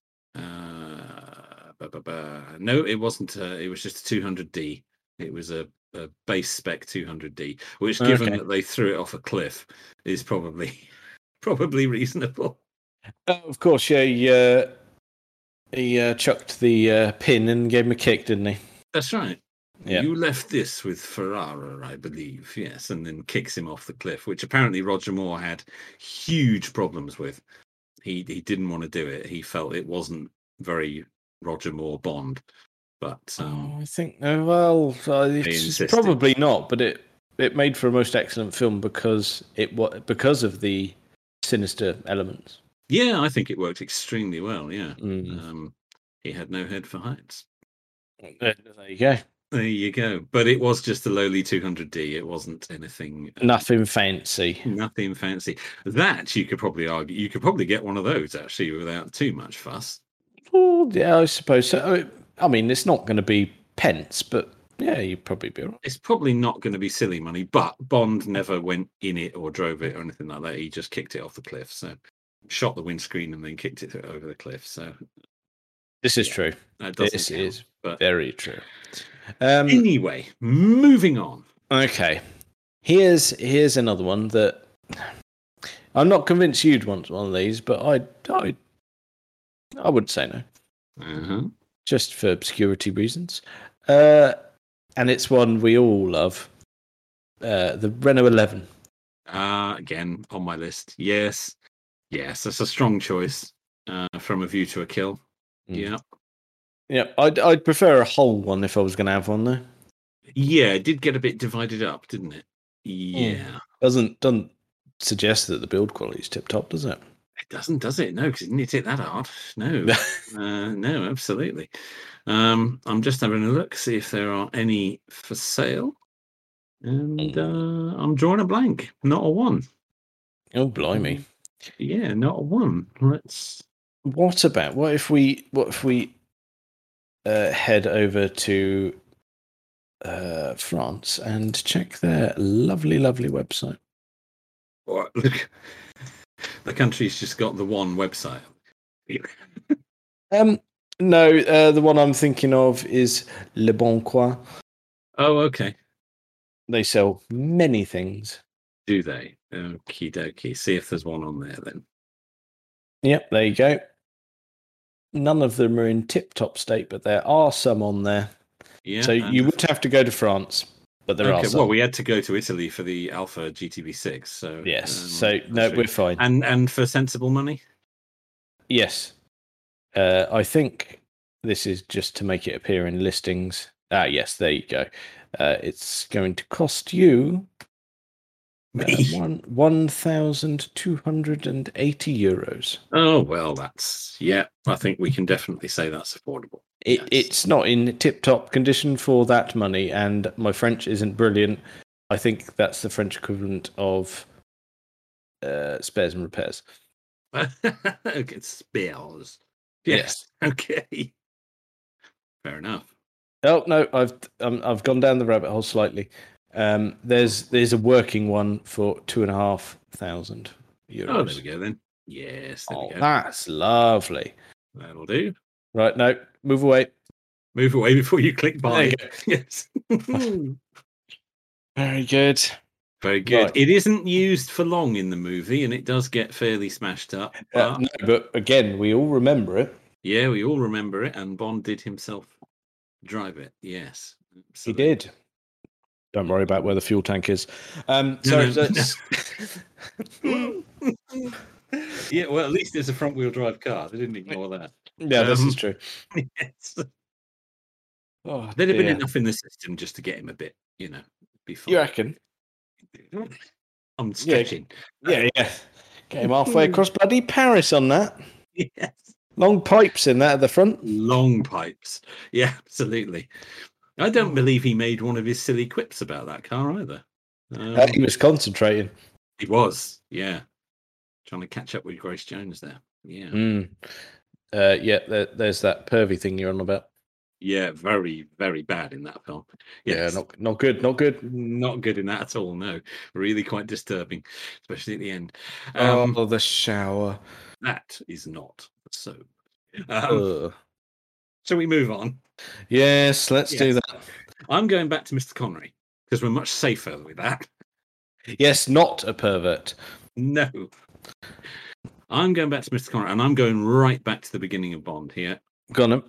Speaker 1: uh, ba, ba, ba. no, it wasn't. Uh, it was just a 200D. It was a, a base spec 200D, which, given
Speaker 3: Okay.
Speaker 1: that they threw it off a cliff, is probably <laughs> probably reasonable.
Speaker 3: Uh, of course, yeah, he, uh, he uh, chucked the uh, pin and gave him a kick, didn't he?
Speaker 1: That's right.
Speaker 3: Yeah.
Speaker 1: You left this with Ferrara, I believe. Yes, and then kicks him off the cliff, which apparently Roger Moore had huge problems with. He he didn't want to do it. He felt it wasn't very Roger Moore Bond. But um,
Speaker 3: Oh, I think uh, well, uh, it's
Speaker 1: insisted.
Speaker 3: probably not, but it it made for a most excellent film because it wa because of the sinister elements.
Speaker 1: yeah, I think it worked extremely well. Yeah,
Speaker 3: Mm.
Speaker 1: um, he had no head for heights.
Speaker 3: Uh, there you go.
Speaker 1: There you go. But it was just a lowly 200D. It wasn't anything. uh,
Speaker 3: Nothing fancy.
Speaker 1: Nothing fancy. That you could probably argue. You could probably get one of those actually without too much fuss.
Speaker 3: Well, yeah, I suppose so. I mean- I mean, it's not going to be pence, but yeah, you'd probably be all right.
Speaker 1: it's probably not going to be silly money, but Bond never went in it or drove it or anything like that. He just kicked it off the cliff. So shot the windscreen and then kicked it over the cliff. So
Speaker 3: This is
Speaker 1: Yeah.
Speaker 3: true.
Speaker 1: that doesn't
Speaker 3: This
Speaker 1: count.
Speaker 3: is
Speaker 1: but-
Speaker 3: very true. Um,
Speaker 1: Anyway, moving on.
Speaker 3: Okay. Here's here's another one that I'm not convinced you'd want one of these, but I I I wouldn't say no,
Speaker 1: Uh-huh.
Speaker 3: just for obscurity reasons. Uh, and it's one we all love. Uh, the Renault 11.
Speaker 1: Uh, again, on my list. Yes. Yes, that's a strong choice uh, from A View to a Kill.
Speaker 3: Mm.
Speaker 1: Yeah.
Speaker 3: Yeah, I'd I'd prefer a whole one if I was going to have one though.
Speaker 1: Yeah, it did get a bit divided up, didn't it?
Speaker 3: Mm.
Speaker 1: Yeah.
Speaker 3: Doesn't doesn't suggest that the build quality is tip top, <laughs> does it?
Speaker 1: It doesn't, does it? No, because it didn't hit it that hard. No, uh, no, absolutely. Um, I'm just having a look, see if there are any for sale. And uh, I'm drawing a blank. Not a one.
Speaker 3: Oh, blimey!
Speaker 1: Yeah, not a one. Let's.
Speaker 3: What about what if we what if we uh, head over to uh, France and check their lovely, lovely website?
Speaker 1: All right, Oh, <laughs> Look, the country's just got the one website.
Speaker 3: Um, no, uh, the one I'm thinking of is Le Bon Coin.
Speaker 1: Oh, okay.
Speaker 3: They sell many things.
Speaker 1: Do they? Okie dokie. See if there's one on there then.
Speaker 3: Yep, there you go. None of them are in tip-top state, but there are some on there.
Speaker 1: Yeah.
Speaker 3: so
Speaker 1: and-
Speaker 3: you would have to go to France, but there are
Speaker 1: okay,
Speaker 3: some.
Speaker 1: well, we had to go to Italy for the Alpha GTB6. So
Speaker 3: yes.
Speaker 1: um,
Speaker 3: so no,
Speaker 1: that's
Speaker 3: we're
Speaker 1: it.
Speaker 3: fine.
Speaker 1: and and for sensible money.
Speaker 3: Yes. Uh, I think this is just to make it appear in listings. Ah, yes, there you go. Uh, it's going to cost you uh,
Speaker 1: <laughs> Me?
Speaker 3: one one thousand two hundred and eighty euros.
Speaker 1: Oh well, that's yeah. I think we can definitely say that's affordable. <laughs>
Speaker 3: It,
Speaker 1: Yes.
Speaker 3: It's not in tip-top condition for that money, and my French isn't brilliant. I think that's the French equivalent of uh, spares and repairs.
Speaker 1: okay, spells. Yes. <laughs> Okay. Fair enough.
Speaker 3: Oh no, I've um, I've gone down the rabbit hole slightly. Um, there's there's a working one for two and a half thousand euros.
Speaker 1: Oh, there we go then. Yes, there
Speaker 3: Oh,
Speaker 1: we go.
Speaker 3: that's lovely.
Speaker 1: That'll do.
Speaker 3: Right, no, move away.
Speaker 1: Move away before you click
Speaker 3: There
Speaker 1: buy.
Speaker 3: you
Speaker 1: <laughs> Yes.
Speaker 3: Very good.
Speaker 1: Very good.
Speaker 3: Right.
Speaker 1: It isn't used for long in the movie, and it does get fairly smashed up.
Speaker 3: Uh,
Speaker 1: But
Speaker 3: no, but again, we all remember it.
Speaker 1: yeah, we all remember it, and Bond did himself drive it. Yes,
Speaker 3: He
Speaker 1: absolutely.
Speaker 3: did. Don't worry about where the fuel tank is. Um,
Speaker 1: No,
Speaker 3: so
Speaker 1: no,
Speaker 3: that's
Speaker 1: <laughs> yeah, well, at least it's a front-wheel drive car. They didn't ignore that.
Speaker 3: <laughs> yeah, this
Speaker 1: Um,
Speaker 3: is true.
Speaker 1: Yes.
Speaker 3: Oh,
Speaker 1: There'd have been
Speaker 3: dear.
Speaker 1: enough in the system just to get him a bit, you know, be fine. <laughs>
Speaker 3: You reckon?
Speaker 1: I'm stretching. <laughs>
Speaker 3: Yeah, yeah. Came halfway across bloody Paris on that.
Speaker 1: Yes.
Speaker 3: Long pipes in that at the front.
Speaker 1: Long pipes. Yeah, absolutely. I don't believe he made one of his silly quips about that car either. Um,
Speaker 3: Uh, he was concentrating.
Speaker 1: he was, yeah. Trying to catch up with Grace Jones there. Yeah.
Speaker 3: Mm. Uh, yeah, there, there's that pervy thing you're on about.
Speaker 1: Yeah, very, very bad in that film. Yes.
Speaker 3: Yeah, not not good, not good.
Speaker 1: Not good in that at all. No, really quite disturbing, especially at the end. Um,
Speaker 3: oh, the shower.
Speaker 1: That is not so. Um,
Speaker 3: Ugh.
Speaker 1: shall we move on?
Speaker 3: yes, let's do
Speaker 1: Yes.
Speaker 3: that.
Speaker 1: I'm going back to Mr. Connery because we're much safer with that. <laughs>
Speaker 3: Yes, not a pervert.
Speaker 1: No. I'm going back to Mr. Connery and I'm going right back to the beginning of Bond here.
Speaker 3: Gonna.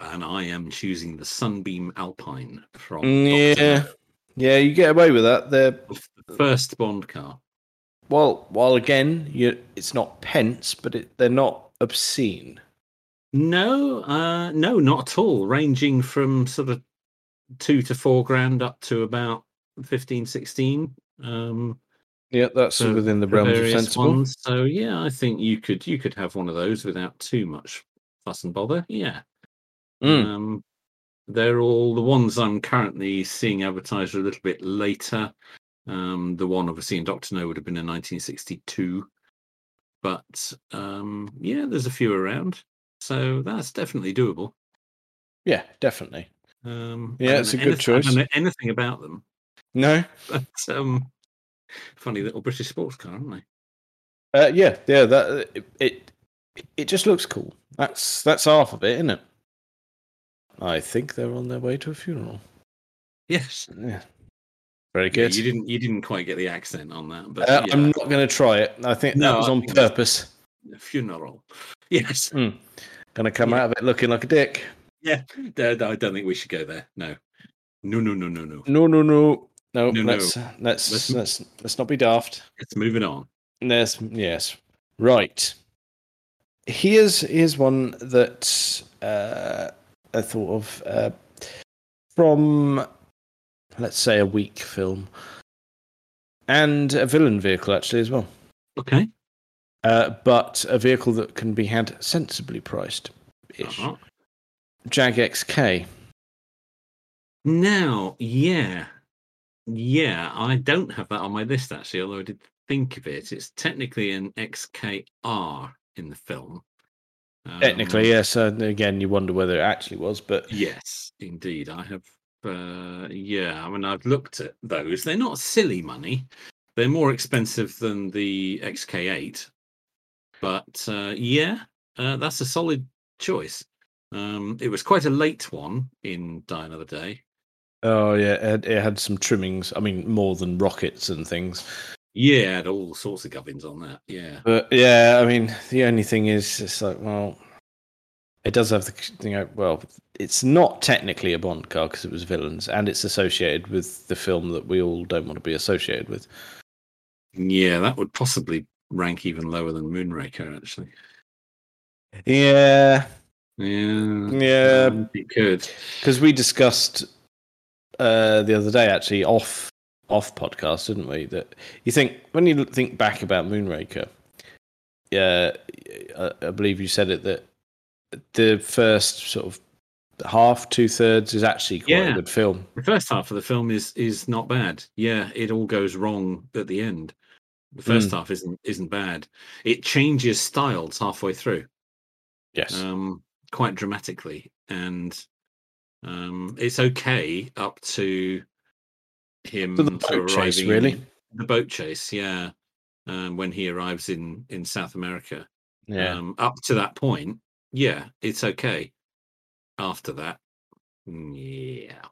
Speaker 1: And I am choosing the Sunbeam Alpine from
Speaker 3: Mm,
Speaker 1: Doctor
Speaker 3: yeah, yeah. You get away with that. They're
Speaker 1: No, the first Bond car.
Speaker 3: well, while again, you it's not pence, but it, they're not obscene.
Speaker 1: No, uh, no, not at all. Ranging from sort of two to four grand up to about 15, 16. Um,
Speaker 3: Yeah, that's
Speaker 1: So,
Speaker 3: within the
Speaker 1: the
Speaker 3: realms of
Speaker 1: various
Speaker 3: sensible.
Speaker 1: ones. So yeah, I think you could you could have one of those without too much fuss and bother. Yeah.
Speaker 3: Mm.
Speaker 1: Um, they're all the ones I'm currently seeing advertised a little bit later. Um, the one obviously in Doctor No would have been in 1962, but um, yeah, there's a few around, so that's definitely doable.
Speaker 3: Yeah, definitely.
Speaker 1: Um,
Speaker 3: Yeah,
Speaker 1: I don't
Speaker 3: it's
Speaker 1: know
Speaker 3: a good
Speaker 1: anything- I
Speaker 3: choice.
Speaker 1: don't know anything about them,
Speaker 3: No.
Speaker 1: but um, funny little British sports car, aren't they?
Speaker 3: Uh, yeah, yeah. That it, it it just looks cool. That's that's half of it, isn't it? I think they're on their way to a funeral.
Speaker 1: Yes.
Speaker 3: Yeah. Very
Speaker 1: Yeah,
Speaker 3: good.
Speaker 1: you didn't you didn't quite get the accent on that, but
Speaker 3: uh,
Speaker 1: yeah,
Speaker 3: I'm not going to try it. I think that
Speaker 1: No,
Speaker 3: was
Speaker 1: I
Speaker 3: on
Speaker 1: think that's-
Speaker 3: purpose.
Speaker 1: funeral. <laughs> Yes,
Speaker 3: Going to come
Speaker 1: Yeah.
Speaker 3: out of it looking like a dick.
Speaker 1: yeah. No, no, I don't think we should go there. No, no, no, no, no, no.
Speaker 3: No, no, no, no.
Speaker 1: No, no.
Speaker 3: let's, let's
Speaker 1: Let's
Speaker 3: let's
Speaker 1: m-
Speaker 3: let's not be daft.
Speaker 1: It's moving on.
Speaker 3: Yes, yes. Right. Here's here's one that uh, I thought of uh, from let's say a weak film and a villain vehicle actually as well,
Speaker 1: Okay.
Speaker 3: uh, but a vehicle that can be had sensibly priced. Ish.
Speaker 1: Uh-huh.
Speaker 3: Jag XK.
Speaker 1: Now, yeah, Yeah, I don't have that on my list actually, although I did think of it. It's technically an XKR in the film. Um,
Speaker 3: Technically, yes. And again, you wonder whether it actually was, but
Speaker 1: Yes, indeed. I have. Uh, yeah, I mean, I've looked at those. They're not silly money. They're more expensive than the XK8. But uh, yeah, uh, that's a solid choice. Um, it was quite a late one in Die Another Day.
Speaker 3: oh yeah, it had, it had some trimmings. I mean, more than rockets and things.
Speaker 1: Yeah, it had all sorts of gubbins on that. Yeah.
Speaker 3: But yeah, I mean, the only thing is, it's like, well, it does have the c- you know, well, it's not technically a Bond car because it was villains, and it's associated with the film that we all don't want to be associated with.
Speaker 1: Yeah, that would possibly rank even lower than Moonraker, actually.
Speaker 3: Yeah,
Speaker 1: Yeah.
Speaker 3: yeah,
Speaker 1: um, It could.
Speaker 3: because we discussed uh, the other day actually off off podcast, didn't we? That you think when you think back about Moonraker, yeah, I, I believe you said it that the first sort of half, two thirds is actually quite
Speaker 1: Yeah.
Speaker 3: a good film.
Speaker 1: The first half of the film is is not bad. Yeah, it all goes wrong at the end. The
Speaker 3: Mm.
Speaker 1: first half isn't isn't bad. It changes styles halfway through,
Speaker 3: Yes,
Speaker 1: um, quite dramatically, and um, it's okay up to him
Speaker 3: to the boat chase,
Speaker 1: arriving-
Speaker 3: really.
Speaker 1: The boat chase, yeah. Um, when he arrives in in South America,
Speaker 3: Yeah,
Speaker 1: um, up to that point, yeah, it's okay. After that, yeah,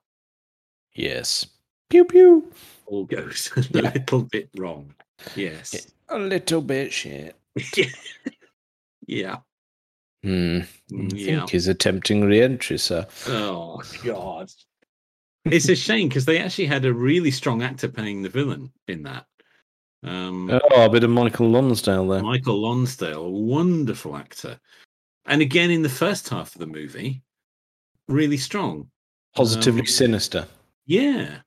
Speaker 3: yes. Pew pew.
Speaker 1: all goes <laughs> a
Speaker 3: Yeah.
Speaker 1: little bit wrong. Yes.
Speaker 3: A little bit shit.
Speaker 1: Yeah. yeah. Mm,
Speaker 3: Hmm. I
Speaker 1: Yeah.
Speaker 3: think he's attempting re-entry, sir.
Speaker 1: Oh God. It's a
Speaker 3: <laughs>
Speaker 1: shame because they actually had a really strong actor playing the villain in that. Um,
Speaker 3: Oh, a bit of Michael Lonsdale there.
Speaker 1: Michael Lonsdale, a wonderful actor, and again in the first half of the movie, really strong.
Speaker 3: Positively
Speaker 1: um,
Speaker 3: sinister.
Speaker 1: Yeah.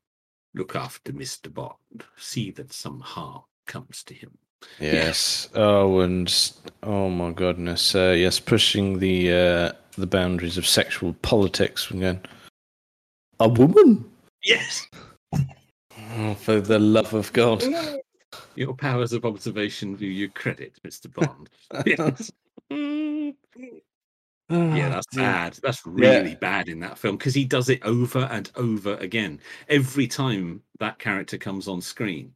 Speaker 1: Look after Mr. Bond. See that some harm comes to him.
Speaker 3: Yes. <laughs> Oh, and s- oh my goodness. Uh, yes, pushing the uh, the boundaries of sexual politics. We're going. A woman.
Speaker 1: Yes.
Speaker 3: Oh, for the love of
Speaker 1: <laughs>
Speaker 3: God. Ah,
Speaker 1: Your powers of observation do you credit, Mr.
Speaker 3: <laughs>
Speaker 1: Bond. yes.
Speaker 3: Oh,
Speaker 1: Yeah, that's bad. That's really bad in that film because he does it over and over again. Every time that character comes on screen,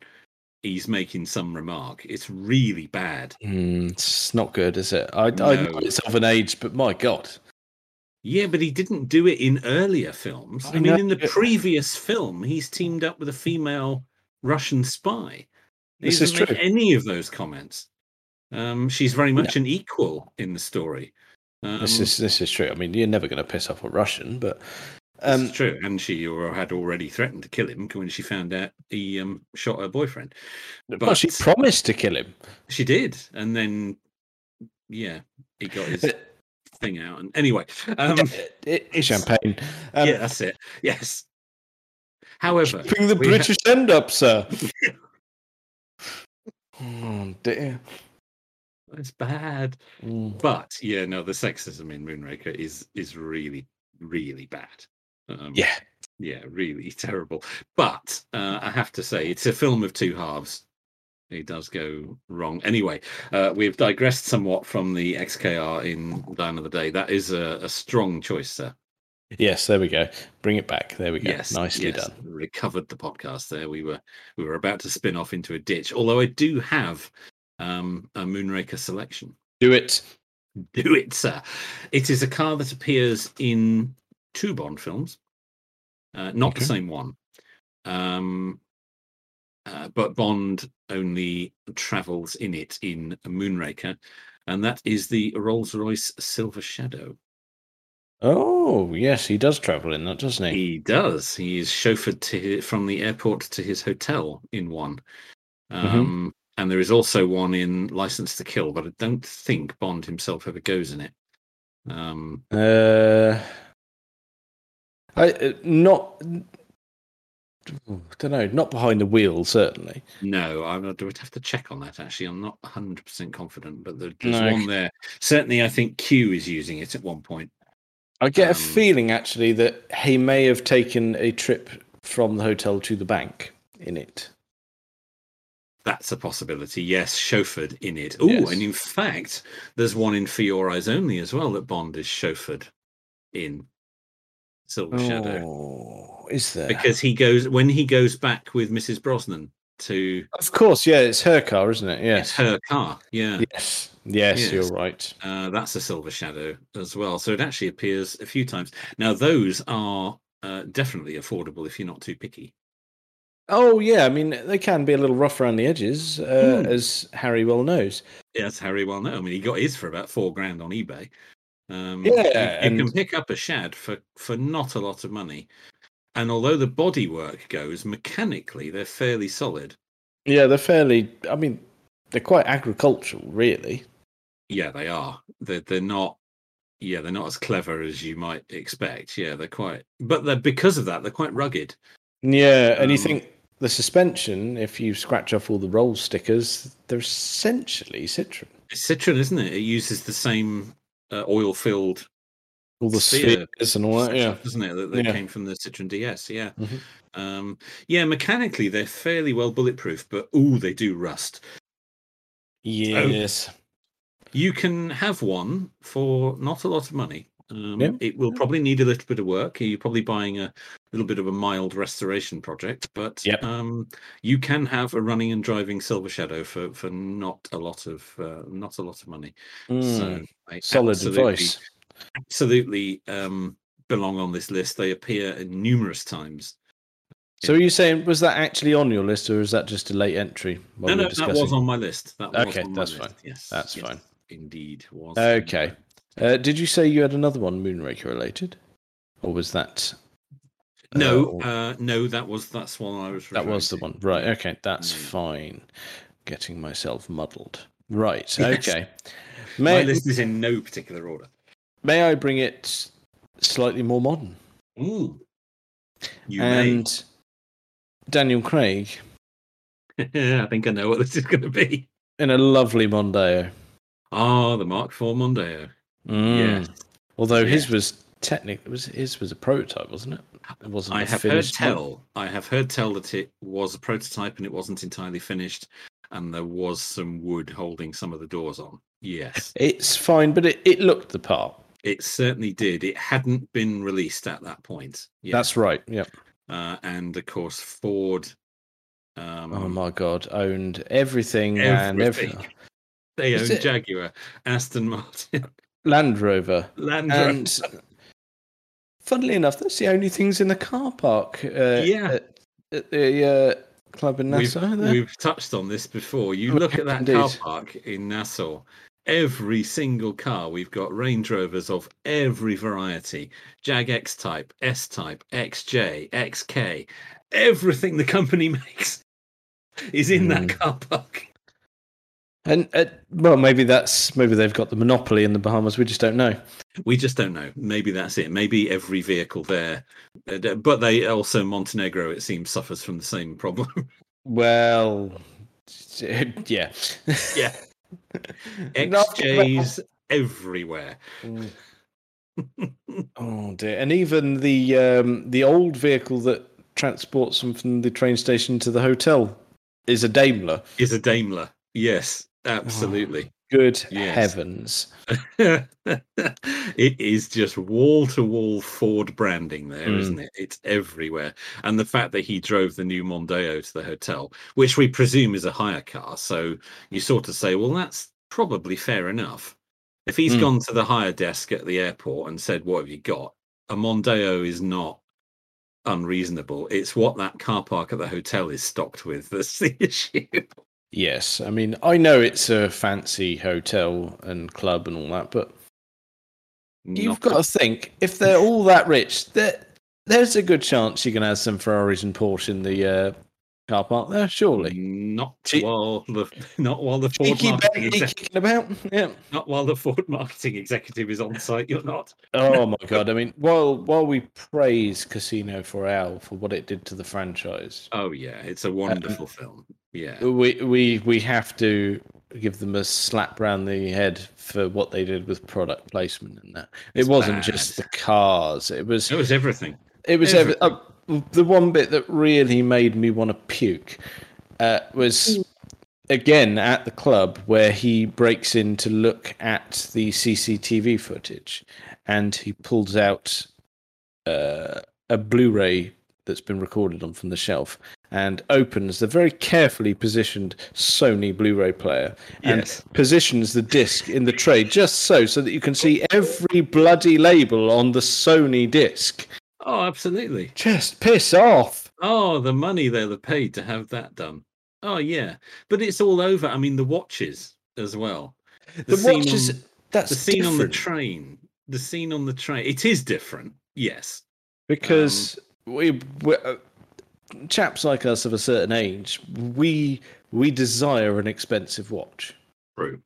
Speaker 1: he's making some remark. It's really bad.
Speaker 3: Mm, it's not good, is it? I, I know
Speaker 1: No.
Speaker 3: it's of an age, but my God.
Speaker 1: Yeah, but he didn't do it in earlier films.
Speaker 3: I
Speaker 1: I, mean,
Speaker 3: know,
Speaker 1: in the
Speaker 3: but-
Speaker 1: previous film, he's teamed up with a female Russian spy. He
Speaker 3: This is
Speaker 1: doesn't
Speaker 3: true.
Speaker 1: make any of those comments. Um, she's very much an equal in the story. Um,
Speaker 3: This is this is true. I mean, you're never going to piss off a Russian, but
Speaker 1: This
Speaker 3: um,
Speaker 1: is true, and she or had already threatened to kill him when she found out he um, shot her boyfriend.
Speaker 3: well, she
Speaker 1: but-
Speaker 3: promised to kill him.
Speaker 1: She did, and then yeah, he got his
Speaker 3: It-
Speaker 1: thing out. And anyway, um,
Speaker 3: it- it- it's eh, champagne. Um,
Speaker 1: yeah, that's it. Yes. However,
Speaker 3: Keeping the
Speaker 1: we ha-
Speaker 3: British end
Speaker 1: <laughs>
Speaker 3: up, sir. oh dear.
Speaker 1: it's bad.
Speaker 3: Mm.
Speaker 1: But yeah, no, the sexism in Moonraker is is really really bad. Um,
Speaker 3: Yeah.
Speaker 1: yeah, really <laughs> terrible. But uh, I have to say, it's a film of two halves. It does go wrong. Anyway, uh, we've digressed somewhat from the XKR in Down of the Day. That is a, a strong choice, sir.
Speaker 3: Yes, there we go. Bring it back. There we go. Nicely
Speaker 1: yes,
Speaker 3: done.
Speaker 1: Recovered the podcast there. We were we were about to spin off into a ditch. Although I do have um, a Moonraker selection.
Speaker 3: Do it.
Speaker 1: <laughs> do it, sir. It is a car that appears in two Bond films, uh, not
Speaker 3: Okay.
Speaker 1: the same one. Um, uh, but Bond only travels in it in Moonraker, and that is the Rolls Royce Silver Shadow.
Speaker 3: Oh yes, he does travel in that, doesn't he?
Speaker 1: He does. He is chauffeured to hi- from the airport to his hotel in one. Um,
Speaker 3: Mhm.
Speaker 1: And there is also one in License to Kill, but I don't think Bond himself ever goes in it. Um,
Speaker 3: Uh, I uh, not. don't know. Not behind the wheel, certainly.
Speaker 1: No, I would I would have to check on that actually. I'm not 100% confident, but there- there's
Speaker 3: No.
Speaker 1: one there. Certainly, I think Q is using it at one point.
Speaker 3: I get a
Speaker 1: Um,
Speaker 3: feeling actually that he may have taken a trip from the hotel to the bank. in it.
Speaker 1: That's a possibility. Yes, chauffeured in it. Oh,
Speaker 3: Yes.
Speaker 1: and in fact, there's one in For Your Eyes Only as well that Bond is chauffeured in Silver Shadow
Speaker 3: Oh, is there?
Speaker 1: because he goes when he goes back with Mrs. Brosnan to
Speaker 3: of course, yeah, it's her car, isn't it?
Speaker 1: it's
Speaker 3: Yes.
Speaker 1: her car. Yeah,
Speaker 3: Yes. Yes,
Speaker 1: Yes.
Speaker 3: you're right.
Speaker 1: Uh, that's a Silver Shadow as well. So it actually appears a few times. Now those are uh, definitely affordable if you're not too picky.
Speaker 3: Oh yeah, I mean they can be a little rough around the edges, uh,
Speaker 1: Hmm.
Speaker 3: as Harry well knows.
Speaker 1: Yes, Harry. Well, no, I mean he got his for about four grand on eBay. Um,
Speaker 3: Yeah,
Speaker 1: you- you, can
Speaker 3: and-
Speaker 1: pick up a shad for for not a lot of money. And although the bodywork goes mechanically, they're fairly solid.
Speaker 3: Yeah, they're fairly. I mean, they're quite agricultural, really.
Speaker 1: Yeah, they are. They're, they're not. Yeah, they're not as clever as you might expect. Yeah, they're quite. But they're because of that, they're quite rugged.
Speaker 3: Yeah, and you
Speaker 1: Um,
Speaker 3: think the suspension, if you scratch off all the roll stickers, they're essentially Citroen.
Speaker 1: It's Citroen, isn't it? It uses the same uh, oil-filled
Speaker 3: All the
Speaker 1: Sphere.
Speaker 3: spheres and all that. Yeah,
Speaker 1: Citroen, isn't it? That, that
Speaker 3: Yeah.
Speaker 1: came from the Citroen DS. Yeah.
Speaker 3: Mhm.
Speaker 1: Um, yeah, mechanically they're fairly well bulletproof, but ooh, they do rust.
Speaker 3: yes.
Speaker 1: You can have one for not a lot of money. Um,
Speaker 3: Yeah.
Speaker 1: It will probably need a little bit of work. You're probably buying a little bit of a mild restoration project, but
Speaker 3: Yep.
Speaker 1: um, you can have a running and driving Silver Shadow for for not a lot of uh, not a lot of money.
Speaker 3: Mm,
Speaker 1: So I
Speaker 3: solid
Speaker 1: absolutely-
Speaker 3: advice.
Speaker 1: Absolutely um, belong on this list. They appear in numerous times.
Speaker 3: So, are you saying was that actually on your list, or is that just a late entry?
Speaker 1: no,
Speaker 3: while we
Speaker 1: no,
Speaker 3: were
Speaker 1: that was
Speaker 3: discussing?
Speaker 1: on my list. That was
Speaker 3: Okay,
Speaker 1: on my
Speaker 3: that's
Speaker 1: list.
Speaker 3: fine.
Speaker 1: Yes,
Speaker 3: That's
Speaker 1: yes,
Speaker 3: fine.
Speaker 1: Indeed, was on
Speaker 3: Okay.
Speaker 1: my-
Speaker 3: Uh, did you say you had another one Moonraker related, or was that uh,
Speaker 1: No,
Speaker 3: or-
Speaker 1: uh, no, that was that's one I was.
Speaker 3: that was the
Speaker 1: referring to.
Speaker 3: one? Right. Okay, that's
Speaker 1: Mm.
Speaker 3: fine. Getting myself muddled. Right.
Speaker 1: Yes.
Speaker 3: Okay.
Speaker 1: My
Speaker 3: May
Speaker 1: list is in no particular order.
Speaker 3: may I bring it slightly more modern?
Speaker 1: Ooh. You
Speaker 3: and Daniel Craig
Speaker 1: may. <laughs> I think I know what this is going to be.
Speaker 3: in a lovely Mondeo.
Speaker 1: Ah, the Mark IV Mondeo.
Speaker 3: Mm. Although his
Speaker 1: Yes.
Speaker 3: was technically was his was a prototype, wasn't it? It wasn't.
Speaker 1: I
Speaker 3: a
Speaker 1: have heard
Speaker 3: finished one.
Speaker 1: tell. I have heard tell that it was a prototype and it wasn't entirely finished, and there was some wood holding some of the doors on. Yes,
Speaker 3: It's fine, but it, it looked the part.
Speaker 1: it certainly did. It hadn't been released at that point. Yeah.
Speaker 3: That's right. Yeah.
Speaker 1: uh, and of course Ford. Um,
Speaker 3: Oh my god, owned everything, and
Speaker 1: everything.
Speaker 3: everything.
Speaker 1: They
Speaker 3: Is
Speaker 1: own
Speaker 3: it-
Speaker 1: Jaguar, Aston Martin, <laughs>
Speaker 3: Land Rover.
Speaker 1: Land Rover.
Speaker 3: And funnily enough, that's the only things in the car park. Uh,
Speaker 1: Yeah.
Speaker 3: At, at the uh, club in
Speaker 1: We've-
Speaker 3: Nassau. there.
Speaker 1: We've touched on this before. You
Speaker 3: We
Speaker 1: look at
Speaker 3: have
Speaker 1: that car
Speaker 3: indeed.
Speaker 1: park in Nassau. Every single car we've got Range Rovers of every variety: Jag X Type, S Type, XJ, XK. Everything the company <laughs> makes is in
Speaker 3: Hmm.
Speaker 1: that car park.
Speaker 3: And uh, well, maybe that's maybe they've got the monopoly in the Bahamas. We just don't know.
Speaker 1: We just don't know. Maybe that's it. Maybe every vehicle there, uh, d- but they also Montenegro. It seems suffers from the same problem. <laughs>
Speaker 3: Well, <laughs> yeah,
Speaker 1: yeah, <laughs>
Speaker 3: Nothing
Speaker 1: XJs everywhere.
Speaker 3: about- <laughs> oh dear! And even the um, the old vehicle that transports them from the train station to the hotel is a Daimler.
Speaker 1: is a Daimler. Yes, absolutely.
Speaker 3: Good
Speaker 1: Yes.
Speaker 3: heavens!
Speaker 1: <laughs> it is just wall to wall Ford branding there,
Speaker 3: Mm.
Speaker 1: not it? It's everywhere. And the fact that he drove the new Mondeo to the hotel, which we presume is a hire car. So you sort of say, well, that's probably fair enough. If he's
Speaker 3: Mm.
Speaker 1: gone to the hire desk at the airport and said, what have you got? A Mondeo is not unreasonable. It's what that car park at the hotel is stocked with that's the <laughs> issue.
Speaker 3: Yes, I mean I know it's a fancy hotel and club and all that, but
Speaker 1: Not
Speaker 3: You've got to think if they're all that rich, there there's a good chance you can have some Ferraris and Porsche in the uh, car park there. Surely,
Speaker 1: Not
Speaker 3: Che-
Speaker 1: while the not while the Ford
Speaker 3: cheeky
Speaker 1: marketing
Speaker 3: baggy
Speaker 1: exec-
Speaker 3: kicking about. Yeah.
Speaker 1: not while the Ford marketing executive is on site. You're not.
Speaker 3: <laughs> Oh my god! I mean, while while we praise Casino Royale for what it did to the franchise,
Speaker 1: Oh yeah, it's a wonderful film. Yeah,
Speaker 3: we we we have to give them a slap round the head for what they did with product placement and that. It
Speaker 1: It's
Speaker 3: wasn't
Speaker 1: bad.
Speaker 3: just the cars; it was
Speaker 1: it was everything.
Speaker 3: It was every,
Speaker 1: Everything.
Speaker 3: oh, the one bit that really made me want to puke uh, was again at the club where he breaks in to look at the CCTV footage, and he pulls out uh, a Blu-ray that's been recorded on from the shelf and opens the very carefully positioned Sony Blu-ray player and
Speaker 1: Yes.
Speaker 3: positions the disc in the tray just so so that you can see every bloody label on the Sony disc.
Speaker 1: Oh, absolutely.
Speaker 3: Just piss off.
Speaker 1: Oh, the money they'll have paid to have that done. Oh, yeah. But it's all over. I mean, the watches as well.
Speaker 3: The,
Speaker 1: scene
Speaker 3: watch
Speaker 1: on-
Speaker 3: is that's
Speaker 1: the scene on the
Speaker 3: different.
Speaker 1: train. The scene on the train. It is different. Yes.
Speaker 3: because
Speaker 1: um,
Speaker 3: we, we uh, chaps like us of a certain age we we desire an expensive watch
Speaker 1: True.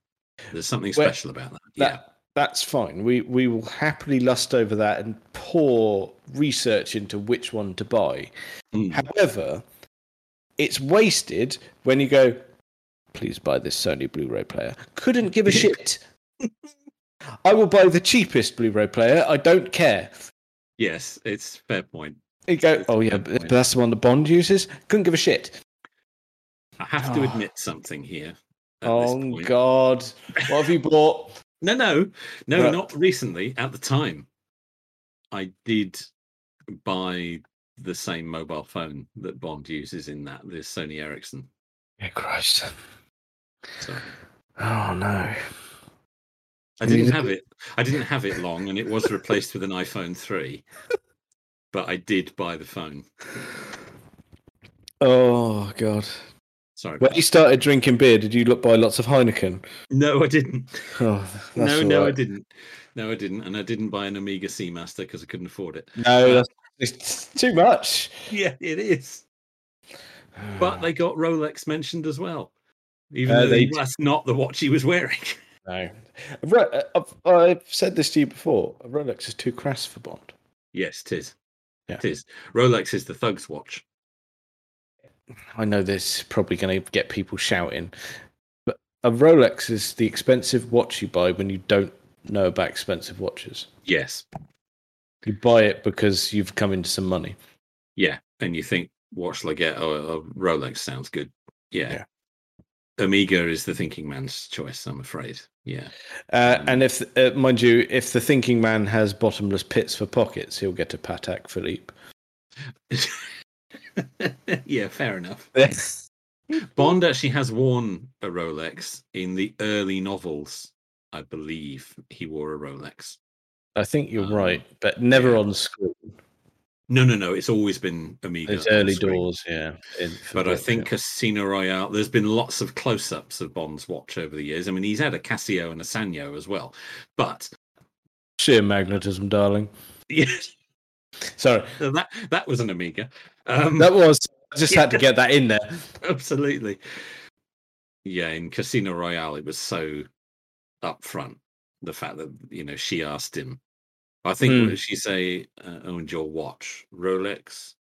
Speaker 1: There's something
Speaker 3: Well,
Speaker 1: special about that.
Speaker 3: that
Speaker 1: Yeah.
Speaker 3: that's fine we we will happily lust over that and pour research into which one to buy
Speaker 1: Mm.
Speaker 3: however it's wasted when you go please buy this sony blu-ray player couldn't
Speaker 1: <laughs>
Speaker 3: give a shit i will buy the cheapest blu-ray player i don't care
Speaker 1: Yes. It's fair point.
Speaker 3: you go
Speaker 1: That's a
Speaker 3: oh yeah
Speaker 1: fair
Speaker 3: but
Speaker 1: point.
Speaker 3: that's the one the bond uses couldn't give a shit
Speaker 1: I have to
Speaker 3: Ah.
Speaker 1: admit something here. at this
Speaker 3: Oh
Speaker 1: point.
Speaker 3: God! What have you
Speaker 1: <laughs>
Speaker 3: bought?
Speaker 1: No, no, no,
Speaker 3: Right.
Speaker 1: not recently. At the time, I did buy the same mobile phone that Bond uses in that, the Sony Ericsson.
Speaker 3: Yeah, Christ!
Speaker 1: So
Speaker 3: Oh no!
Speaker 1: I
Speaker 3: And you
Speaker 1: didn't
Speaker 3: didn't-
Speaker 1: have it. I didn't have it long, and it was replaced with an iPhone three. But I did buy the phone.
Speaker 3: Oh God!
Speaker 1: Sorry.
Speaker 3: When you started drinking beer, did you look by lots of Heineken?
Speaker 1: No, I didn't.
Speaker 3: Oh,
Speaker 1: no, no, I
Speaker 3: alright.
Speaker 1: didn't. No, I didn't. And I didn't buy an Amiga Seamaster because I couldn't afford
Speaker 3: <sighs>
Speaker 1: it.
Speaker 3: No, that's it's too much.
Speaker 1: Yeah, it is. But they got Rolex mentioned as well, even
Speaker 3: Ah. Uh,
Speaker 1: though
Speaker 3: they
Speaker 1: they,
Speaker 3: d-
Speaker 1: that's not the watch he was wearing.
Speaker 3: no. Ro- I've, I've said this to you before. A Rolex is too crass for Bond.
Speaker 1: Yes, it is.
Speaker 3: Yeah.
Speaker 1: It is. Rolex is the thug's watch.
Speaker 3: I know this is probably going to get people shouting, but a Rolex is the expensive watch you buy when you don't know about expensive watches.
Speaker 1: Yes.
Speaker 3: You buy it because you've come into some money.
Speaker 1: Yeah. And you think, what shall I get? Oh, oh, Rolex sounds good. Yeah.
Speaker 3: Yeah.
Speaker 1: Amiga is the thinking man's choice, I'm afraid. Yeah.
Speaker 3: Uh, and if, uh, mind you, if the thinking man has bottomless pits for pockets, he'll get a Patek Philippe.
Speaker 1: yeah, fair enough. Bond actually has worn a Rolex in the early novels. I believe he wore a Rolex.
Speaker 3: I think you're
Speaker 1: Um,
Speaker 3: right, but never
Speaker 1: yeah.
Speaker 3: on screen.
Speaker 1: No, no, no. It's always been Amiga.
Speaker 3: It's
Speaker 1: on
Speaker 3: early
Speaker 1: screen.
Speaker 3: doors, yeah. in- for
Speaker 1: But I
Speaker 3: Bond,
Speaker 1: think
Speaker 3: yeah.
Speaker 1: Casino Royale, there's been lots of close ups of Bond's watch over the years. I mean, he's had a Casio and a Sanyo as well. But <laughs>
Speaker 3: sheer magnetism, darling.
Speaker 1: yes,
Speaker 3: Sorry,
Speaker 1: that, that was an Amiga. Um, <laughs>
Speaker 3: that was. I just had to get that in there.
Speaker 1: Absolutely. Yeah, in Casino Royale, it was so upfront. The fact that, you know, she asked him, I think,
Speaker 3: Hmm.
Speaker 1: what did she say, uh, owned your watch, Rolex,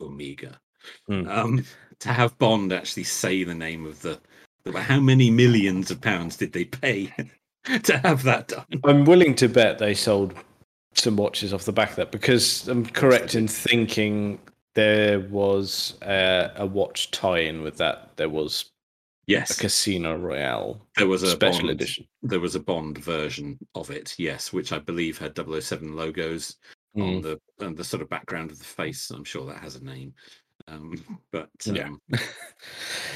Speaker 1: Omega.
Speaker 3: Hmm.
Speaker 1: Um, to have Bond actually say the name of the, the- how many millions of pounds did they pay <laughs> to have that done?
Speaker 3: I'm willing to bet they sold some watches off the back of that because I'm correct in thinking there was uh, a watch tie-in with that. There was a
Speaker 1: Yes,
Speaker 3: Casino Royale
Speaker 1: there was a
Speaker 3: special
Speaker 1: Bond-
Speaker 3: edition.
Speaker 1: There was a Bond version of it, yes, which I believe had 007 logos on
Speaker 3: Mm.
Speaker 1: the on the sort of background of the face. I'm sure that has a name. Um, <laughs> but
Speaker 3: Yeah.
Speaker 1: um,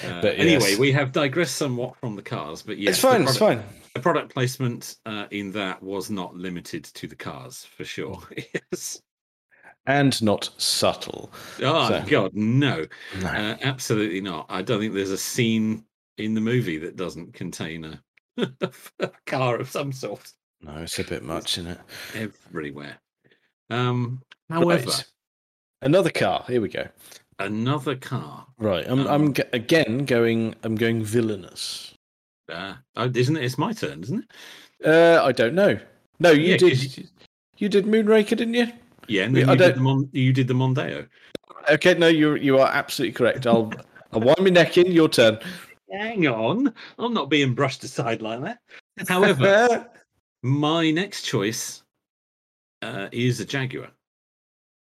Speaker 1: uh,
Speaker 3: But
Speaker 1: anyway,
Speaker 3: yes.
Speaker 1: we have digressed somewhat from the cars, but yes,
Speaker 3: it's fine.
Speaker 1: The
Speaker 3: It's
Speaker 1: product,
Speaker 3: fine.
Speaker 1: the product placement uh, in that was not limited to the cars for sure. <laughs> yes.
Speaker 3: and not subtle. Um,
Speaker 1: Oh
Speaker 3: So-
Speaker 1: God, no,
Speaker 3: No.
Speaker 1: uh, absolutely not. I don't think there's a scene in the movie that doesn't contain a, <laughs> a car of some sort
Speaker 3: no, it's a bit much, isn't it?
Speaker 1: everywhere. Um, however,
Speaker 3: Right. another car. Here we go.
Speaker 1: another car
Speaker 3: Right, I'm,
Speaker 1: Um,
Speaker 3: I'm g- again going. I'm going villainous.
Speaker 1: Uh, oh, isn't it? It's my turn, isn't it?
Speaker 3: Uh, I don't know. No, you
Speaker 1: Yeah, 'cause
Speaker 3: did. You did Moonraker, didn't you?
Speaker 1: Yeah, and
Speaker 3: Yeah,
Speaker 1: then
Speaker 3: I
Speaker 1: you did,
Speaker 3: don't-
Speaker 1: the Mon- you did the Mondeo.
Speaker 3: Okay, no, you you are absolutely correct. I'll <laughs> I'll wind my neck in. Your turn.
Speaker 1: Hang on, I'm not being brushed aside like that. However, <laughs>
Speaker 3: <laughs>
Speaker 1: my next choice uh, is a Jaguar.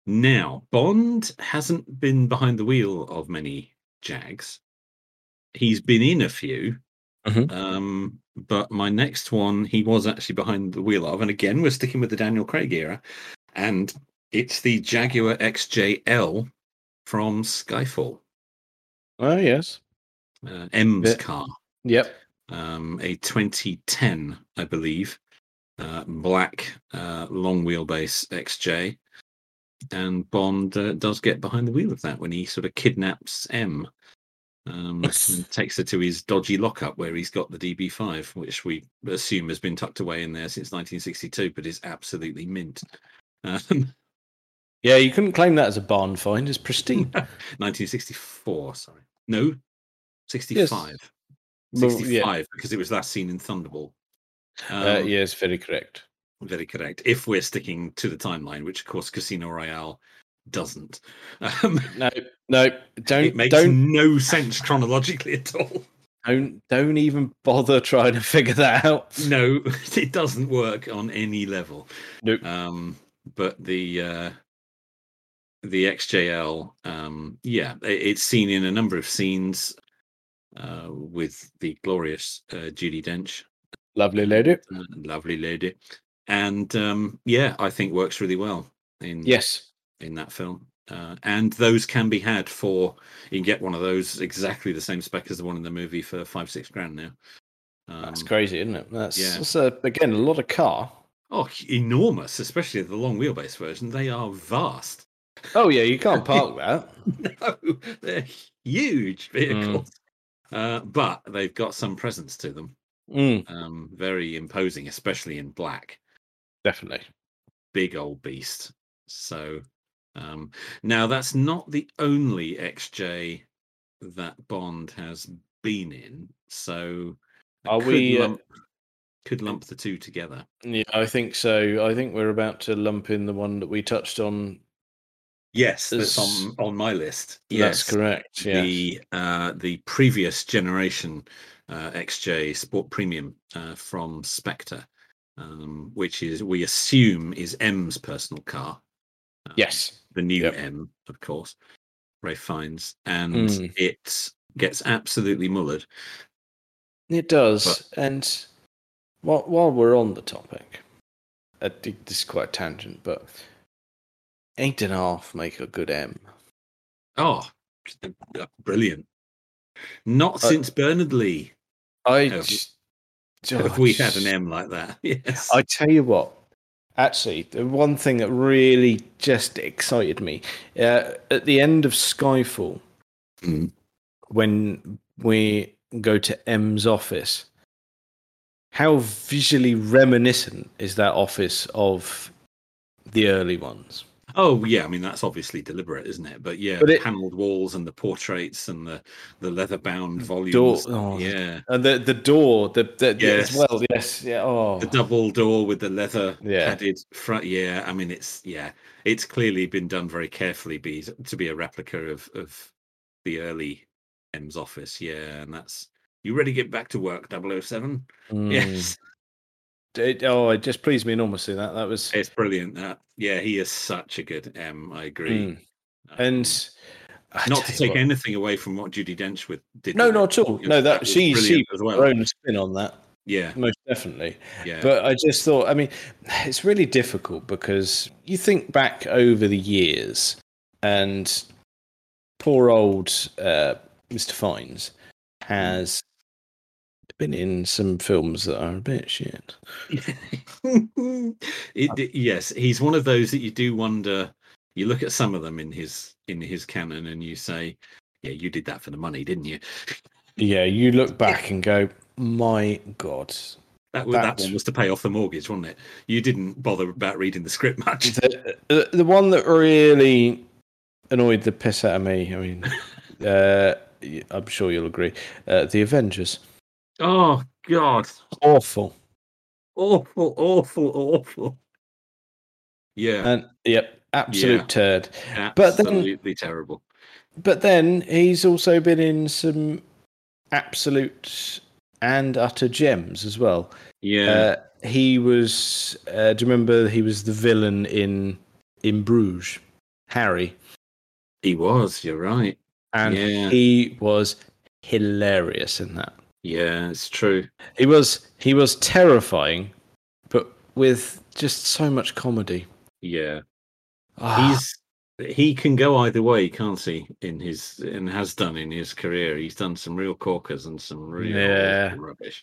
Speaker 1: Now, Bond hasn't been behind the wheel of many Jags. He's been in a few.
Speaker 3: Mhm.
Speaker 1: Um, but my next one, he was actually behind the wheel of. And again, we're sticking with the Daniel Craig era. And it's the Jaguar XJL from Skyfall,
Speaker 3: Oh yes.
Speaker 1: uh, M's
Speaker 3: Yeah.
Speaker 1: car.
Speaker 3: Yep.
Speaker 1: um, a 2010, I believe, uh, black uh, long wheelbase XJ. And Bond uh, does get behind the wheel of that when he sort of kidnaps M um, and takes her to his dodgy lockup where he's got the DB5, which we assume has been tucked away in there since 1962, but is absolutely mint. <laughs> Um,
Speaker 3: Yeah, you couldn't claim that as a Bond find.
Speaker 1: <laughs>
Speaker 3: It's pristine.
Speaker 1: 1964, sorry. No, 65. 65, because it was last seen in Thunderball.
Speaker 3: Uh,
Speaker 1: Um,
Speaker 3: yes, very correct.
Speaker 1: Very correct. If we're sticking to the timeline, which of course Casino Royale doesn't. Um,
Speaker 3: No, no,
Speaker 1: it
Speaker 3: don't,
Speaker 1: makes
Speaker 3: don't,
Speaker 1: no sense chronologically at all.
Speaker 3: don't, don't even bother trying to figure that out.
Speaker 1: No, <laughs> it doesn't work on any level.
Speaker 3: Nope.
Speaker 1: Um, but the uh, the XJL, um, yeah, i- it's seen in a number of scenes uh, with the glorious uh, Judy Dench,
Speaker 3: Lovely lady.
Speaker 1: uh, lovely lady, and um, yeah, I think works really well in
Speaker 3: Yes.
Speaker 1: in that film. Uh, and those can be had for you can get one of those exactly the same spec as the one in the movie for five six grand now. Um,
Speaker 3: That's crazy, isn't it? That's,
Speaker 1: yeah.
Speaker 3: that's uh again a lot of car.
Speaker 1: Oh, h- enormous! Especially the long wheelbase version. They are vast. <laughs>
Speaker 3: Oh yeah, you can't park that.
Speaker 1: No, they're huge vehicles. Uh, but they've got some presence to them.
Speaker 3: Mm,
Speaker 1: Um, very imposing, especially in black.
Speaker 3: definitely.
Speaker 1: big old beast. So um, now that's not the only XJ that Bond has been in. So I
Speaker 3: Are
Speaker 1: could
Speaker 3: we, uh,
Speaker 1: lump, could lump the two together?
Speaker 3: Yeah, I think so. I think we're about to lump in the one that we touched on.
Speaker 1: Yes, that's
Speaker 3: Is-
Speaker 1: on on my list.
Speaker 3: That's correct. Yeah.
Speaker 1: the uh, the previous generation uh, XJ Sport Premium uh, from Spectre, um, which is we assume is M's personal car. Um,
Speaker 3: yes.
Speaker 1: the new
Speaker 3: Yep.
Speaker 1: M, of course, Ray Fiennes, and
Speaker 3: Mm.
Speaker 1: it gets absolutely mullered.
Speaker 3: It does. and while, while we're on the topic, I think this is quite a tangent, but eight and a half make a good M.
Speaker 1: Oh, brilliant! Not
Speaker 3: Uh,
Speaker 1: since Bernard Lee
Speaker 3: I
Speaker 1: Have-
Speaker 3: just-
Speaker 1: have we had an M like that. <laughs> Yes,
Speaker 3: I tell you what, actually, the one thing that really just excited me uh, at the end of Skyfall,
Speaker 1: Mm.
Speaker 3: when we go to M's office, how visually reminiscent is that office of the early ones?
Speaker 1: oh yeah, I mean that's obviously deliberate, isn't it? But yeah,
Speaker 3: But
Speaker 1: the
Speaker 3: it-
Speaker 1: panelled walls and the portraits and the the leather bound
Speaker 3: Door,
Speaker 1: volumes.
Speaker 3: oh,
Speaker 1: Yeah,
Speaker 3: and the the door, the, the
Speaker 1: Yes.
Speaker 3: as well, yes, yeah, oh,
Speaker 1: the double door with the leather
Speaker 3: Yeah.
Speaker 1: padded front. Yeah, I mean it's yeah, it's clearly been done very carefully. Be to be a replica of of the early M's office. Yeah, and that's you ready to get back to work, <laughs> 007?
Speaker 3: Mm.
Speaker 1: Yes,
Speaker 3: It- oh, it just pleased me enormously. That that was
Speaker 1: it's brilliant. That yeah, he is such a good M. I agree. Uh,
Speaker 3: mm. and I
Speaker 1: not
Speaker 3: tell
Speaker 1: to
Speaker 3: you
Speaker 1: take
Speaker 3: what,
Speaker 1: anything away from what Judy Dench with did.
Speaker 3: No,
Speaker 1: with it,
Speaker 3: not at all.
Speaker 1: you know,
Speaker 3: No, that
Speaker 1: was
Speaker 3: she she
Speaker 1: brilliant as well.
Speaker 3: her own spin on that,
Speaker 1: Yeah,
Speaker 3: most definitely.
Speaker 1: yeah,
Speaker 3: But I just thought, I mean, it's really difficult because you think back over the years, and poor old uh, Mr. Fines has been in some films that are a bit shit.
Speaker 1: <laughs> it, it- yes, he's one of those that you do wonder. You look at some of them in his in his canon, and you say, "Yeah, you did that for the money, didn't you?"
Speaker 3: Yeah, you look back and go, my God,
Speaker 1: That wa- that
Speaker 3: That-
Speaker 1: one was to pay off the mortgage, wasn't it? You didn't bother about reading the script much.
Speaker 3: the, the- the one that really annoyed the piss out of me. I <laughs> mean, uh, y- I'm sure you'll agree. Uh, the Avengers,
Speaker 1: Oh God,
Speaker 3: awful.
Speaker 1: awful, awful, awful. Yeah,
Speaker 3: And yep, absolute
Speaker 1: Yeah.
Speaker 3: turd. Uh, but then- uh,
Speaker 1: absolutely terrible.
Speaker 3: But then he's also been in some absolute and utter gems as well.
Speaker 1: Yeah,
Speaker 3: Uh, he was. Uh, do you remember he was the villain in in Bruges? Harry,
Speaker 1: He was. You're right.
Speaker 3: and
Speaker 1: Yeah.
Speaker 3: he was hilarious in that.
Speaker 1: Yeah, it's true.
Speaker 3: He was he was terrifying, but with just so much comedy.
Speaker 1: Yeah,
Speaker 3: Ah,
Speaker 1: he's he can go either way, can't he? In his and has done in his career. He's done some real corkers and some real
Speaker 3: Yeah.
Speaker 1: rubbish.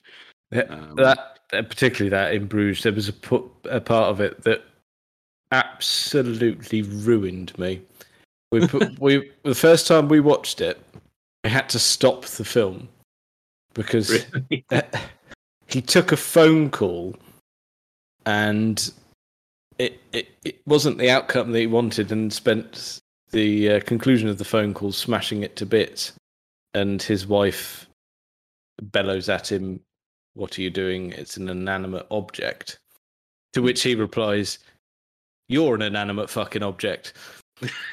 Speaker 3: Yeah,
Speaker 1: Um, <laughs>
Speaker 3: that <laughs> uh, particularly that in Bruges, there was a, pu- a part of it that absolutely ruined me. We put, we the first time we watched it, we had to stop the film because
Speaker 1: really.
Speaker 3: he took a phone call and it, it, it wasn't the outcome that he wanted and spent the uh, conclusion of the phone call smashing it to bits and his wife bellows at him what are you doing it's an inanimate object to which he replies you're an inanimate fucking object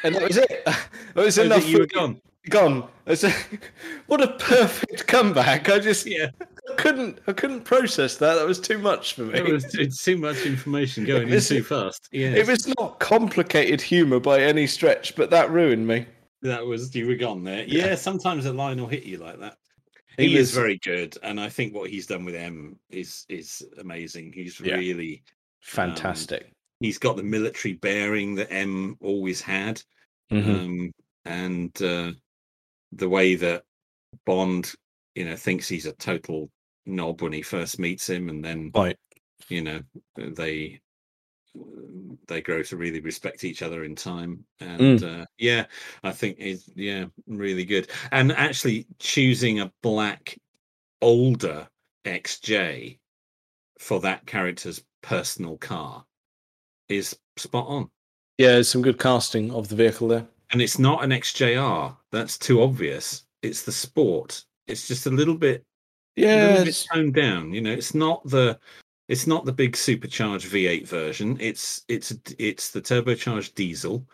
Speaker 3: and that was it that was
Speaker 1: So
Speaker 3: enough
Speaker 1: that you were
Speaker 3: for me.
Speaker 1: gone.
Speaker 3: gone That's <laughs> what a perfect comeback i just
Speaker 1: Yeah,
Speaker 3: I couldn't I couldn't process that. That was too much for me.
Speaker 1: it was, it's too much information going in
Speaker 3: was-
Speaker 1: too fast. Yeah,
Speaker 3: It was not complicated humour by any stretch, but that ruined me.
Speaker 1: that was you were gone there. Yeah, sometimes a line will hit you like that.
Speaker 3: He
Speaker 1: He,
Speaker 3: was-
Speaker 1: is very good, and I think what he's done with M is is amazing. He's
Speaker 3: Yeah.
Speaker 1: really
Speaker 3: Fantastic.
Speaker 1: he's got the military bearing that M always had.
Speaker 3: Mm-hmm.
Speaker 1: um, and uh, the way that Bond, you know, thinks he's a total knob when he first meets him, and then
Speaker 3: Right.
Speaker 1: you know uh, they they grow to really respect each other in time. And uh, yeah, I think it's yeah really good. And actually, choosing a black older XJ for that character's personal car is spot on.
Speaker 3: Yeah, some good casting of the vehicle there.
Speaker 1: And it's not an XJR. That's too obvious. It's the sport. It's just a little bit, a
Speaker 3: Yeah,
Speaker 1: little bit toned down. You know, it's not the, it's not the big supercharged V8 version. It's it's d- it's the turbocharged diesel,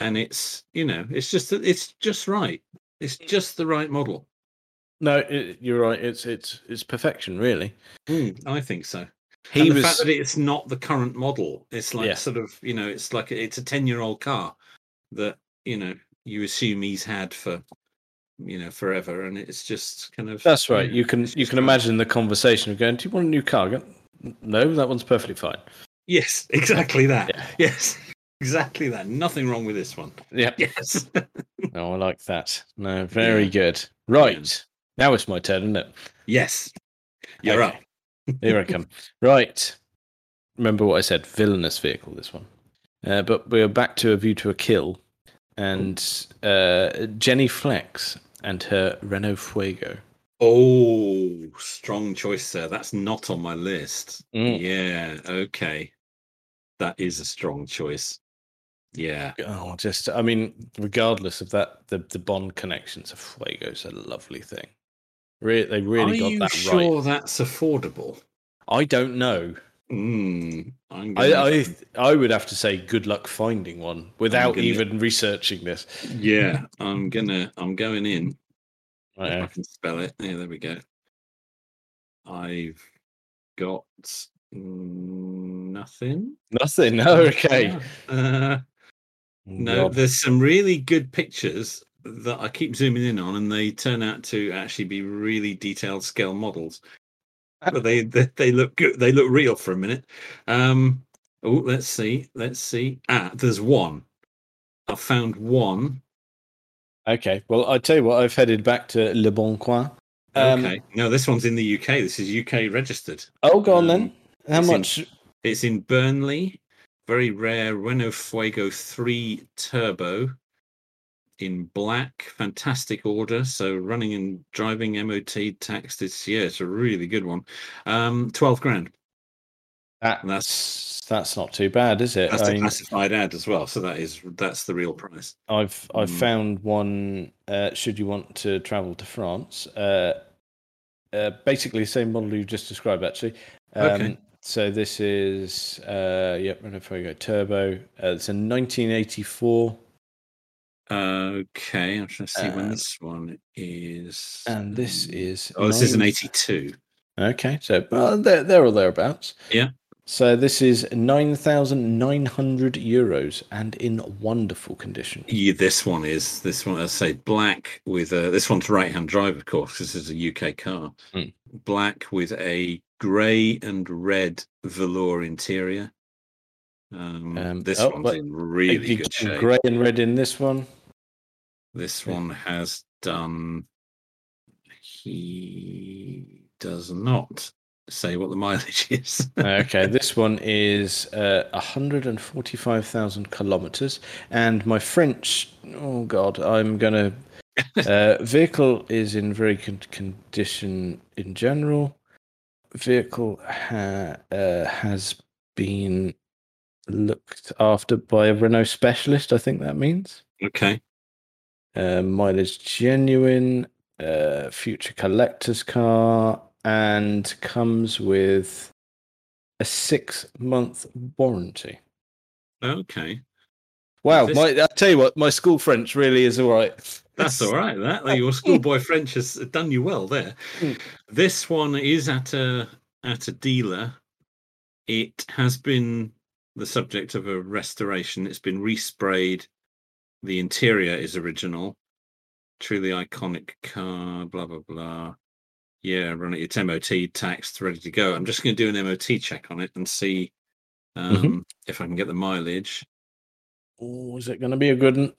Speaker 1: and it's you know, it's just that it's just right. It's just the right model.
Speaker 3: no, it, you're right. It's it's it's perfection, really.
Speaker 1: Mm, I think so.
Speaker 3: Hmm. He
Speaker 1: and the
Speaker 3: was
Speaker 1: fact that it's not the current model. It's like
Speaker 3: Yeah.
Speaker 1: sort of you know, it's like it's a ten-year-old car that you know you assume he's had for you know forever, and it's just kind of
Speaker 3: That's right.
Speaker 1: yeah,
Speaker 3: You can
Speaker 1: it's
Speaker 3: you
Speaker 1: just
Speaker 3: can
Speaker 1: right.
Speaker 3: imagine the conversation of going, "Do you want a new car?" I go, no, that one's perfectly fine.
Speaker 1: <laughs> Yes, exactly that.
Speaker 3: Yeah.
Speaker 1: Yes, <laughs> exactly that. Nothing wrong with this
Speaker 3: <laughs>
Speaker 1: one.
Speaker 3: Yeah.
Speaker 1: Yes.
Speaker 3: No, Oh, I like that. No, very good. Right. Now it's my turn, isn't it?
Speaker 1: yes. You're
Speaker 3: Okay.
Speaker 1: up.
Speaker 3: <laughs> Here I come. Right. Remember what I said villainous vehicle, this one. Uh, but we're back to A View to a Kill and uh, Jenny Flex and her Renault Fuego.
Speaker 1: Oh, strong choice there. That's not on my list.
Speaker 3: Mm.
Speaker 1: Yeah. Okay. That is a strong choice. Yeah.
Speaker 3: Oh, just, I mean, regardless of that, the, the Bond connections of Fuego's a lovely thing. Re- they really
Speaker 1: Are
Speaker 3: got
Speaker 1: you
Speaker 3: that
Speaker 1: sure
Speaker 3: right.
Speaker 1: that's affordable?
Speaker 3: I don't know.
Speaker 1: Mm, I'm
Speaker 3: I,
Speaker 1: gonna-
Speaker 3: I I would have to say good luck finding one without
Speaker 1: gonna-
Speaker 3: even researching
Speaker 1: <laughs>
Speaker 3: this.
Speaker 1: yeah, I'm gonna I'm going in. If I
Speaker 3: Uh,
Speaker 1: can spell it. Yeah, there we go. I've got nothing.
Speaker 3: nothing. <laughs> Oh, okay.
Speaker 1: Uh, no,
Speaker 3: God.
Speaker 1: there's some really good pictures that I keep zooming in on, and they turn out to actually be really detailed scale models. But they they, they look good. They look real for a minute. Um, oh, let's see. Let's see. Ah, there's one. I found one.
Speaker 3: Okay. Well, I tell you what, I've headed back to Le Bon Coin. Um,
Speaker 1: okay. No, this one's in the UK. This is UK registered.
Speaker 3: Oh, go
Speaker 1: Um,
Speaker 3: on then. How
Speaker 1: it's in-
Speaker 3: much?
Speaker 1: It's in Burnley. Very rare Renault Fuego 3 Turbo in black. Fantastic order. So running and driving MOT tax this year. It's a really good one. Um, 12 grand.
Speaker 3: That's that's not too bad, is it?
Speaker 1: That's
Speaker 3: I
Speaker 1: a
Speaker 3: mean,
Speaker 1: classified ad as well. So that is that's the real price.
Speaker 3: I've I've
Speaker 1: Mm.
Speaker 3: found one. Uh, should you want to travel to France, uh, uh, basically the same model you just described, actually. Um,
Speaker 1: Okay.
Speaker 3: So this is uh, yep, Renault Fuego Turbo. Uh, it's a 1984,
Speaker 1: Okay, I'm trying to see when
Speaker 3: Uh,
Speaker 1: this one is.
Speaker 3: and this is
Speaker 1: oh, this is an
Speaker 3: nine-
Speaker 1: 82.
Speaker 3: Okay, so well, they're, they're all thereabouts.
Speaker 1: Yeah.
Speaker 3: So this is 9,900 euros and in wonderful condition.
Speaker 1: Yeah, this one is this one. I say black with a, this one's right hand drive, of course. 'cause This is a UK car.
Speaker 3: Mm.
Speaker 1: Black with a grey and red velour interior. Um,
Speaker 3: Um,
Speaker 1: this
Speaker 3: oh,
Speaker 1: one's
Speaker 3: but
Speaker 1: in really
Speaker 3: Again,
Speaker 1: good shape.
Speaker 3: Grey and red in this one.
Speaker 1: This
Speaker 3: Yeah.
Speaker 1: one has done. He does not say what the <laughs> mileage is.
Speaker 3: okay, this one is uh, 145,000 kilometers. And my French, oh God, I'm going to. Uh, vehicle is in very good condition in general. Vehicle ha- uh, has been looked after by a Renault specialist, I think that means.
Speaker 1: okay.
Speaker 3: Uh, mileage genuine, uh, future collector's car, and comes with a six month warranty.
Speaker 1: Okay.
Speaker 3: Wow,
Speaker 1: This-
Speaker 3: my, I tell you what, my school French really is all right.
Speaker 1: That's all right. That that- your schoolboy French has done you well there.
Speaker 3: Mm.
Speaker 1: This one is at a at a dealer. It has been the subject of a restoration. It's been resprayed. The interior is original. Truly iconic car. Blah blah blah. Yeah, run it. It's MOT taxed, ready to go. I'm just going to do an MOT check on it and see um,
Speaker 3: Mhm.
Speaker 1: if I can get the mileage.
Speaker 3: Oh, is it going to be a good one?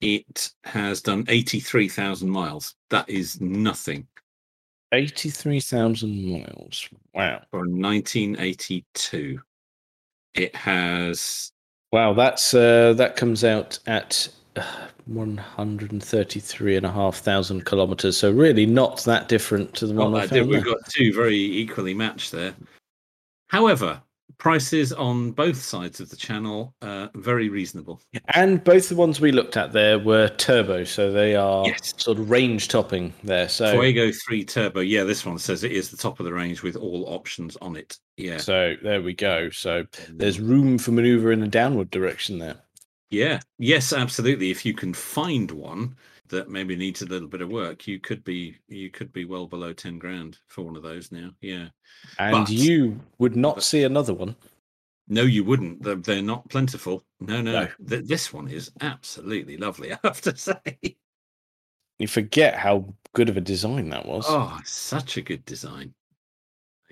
Speaker 1: It has done eighty-three thousand miles. That is nothing.
Speaker 3: 83,000 miles. Wow.
Speaker 1: for 1982. It has
Speaker 3: Wow, that's uh, that comes out at uh, 133,500 kilometers. So, really, not that different to the
Speaker 1: well,
Speaker 3: one I
Speaker 1: I did,
Speaker 3: found.
Speaker 1: we've
Speaker 3: there.
Speaker 1: got two very equally matched there. However, prices on both sides of the channel uh, very reasonable.
Speaker 3: And both the ones we looked at there were turbo, so they are
Speaker 1: Yes.
Speaker 3: sort of range topping there. So,
Speaker 1: Fuego 3 Turbo. Yeah, this one says it is the top of the range with all options on it. Yeah.
Speaker 3: so there we go. So there's room for maneuver in a downward direction there.
Speaker 1: Yeah. Yes, absolutely. If you can find one that maybe needs a little bit of work, you could be you could be well below 10 grand for one of those now. Yeah.
Speaker 3: And
Speaker 1: But-
Speaker 3: you would not see another one.
Speaker 1: No, you wouldn't. They're, they're not plentiful. No, no.
Speaker 3: No.
Speaker 1: Th- this one is absolutely lovely, <laughs> I have to say.
Speaker 3: You forget how good of a design that was.
Speaker 1: Oh, such a good design.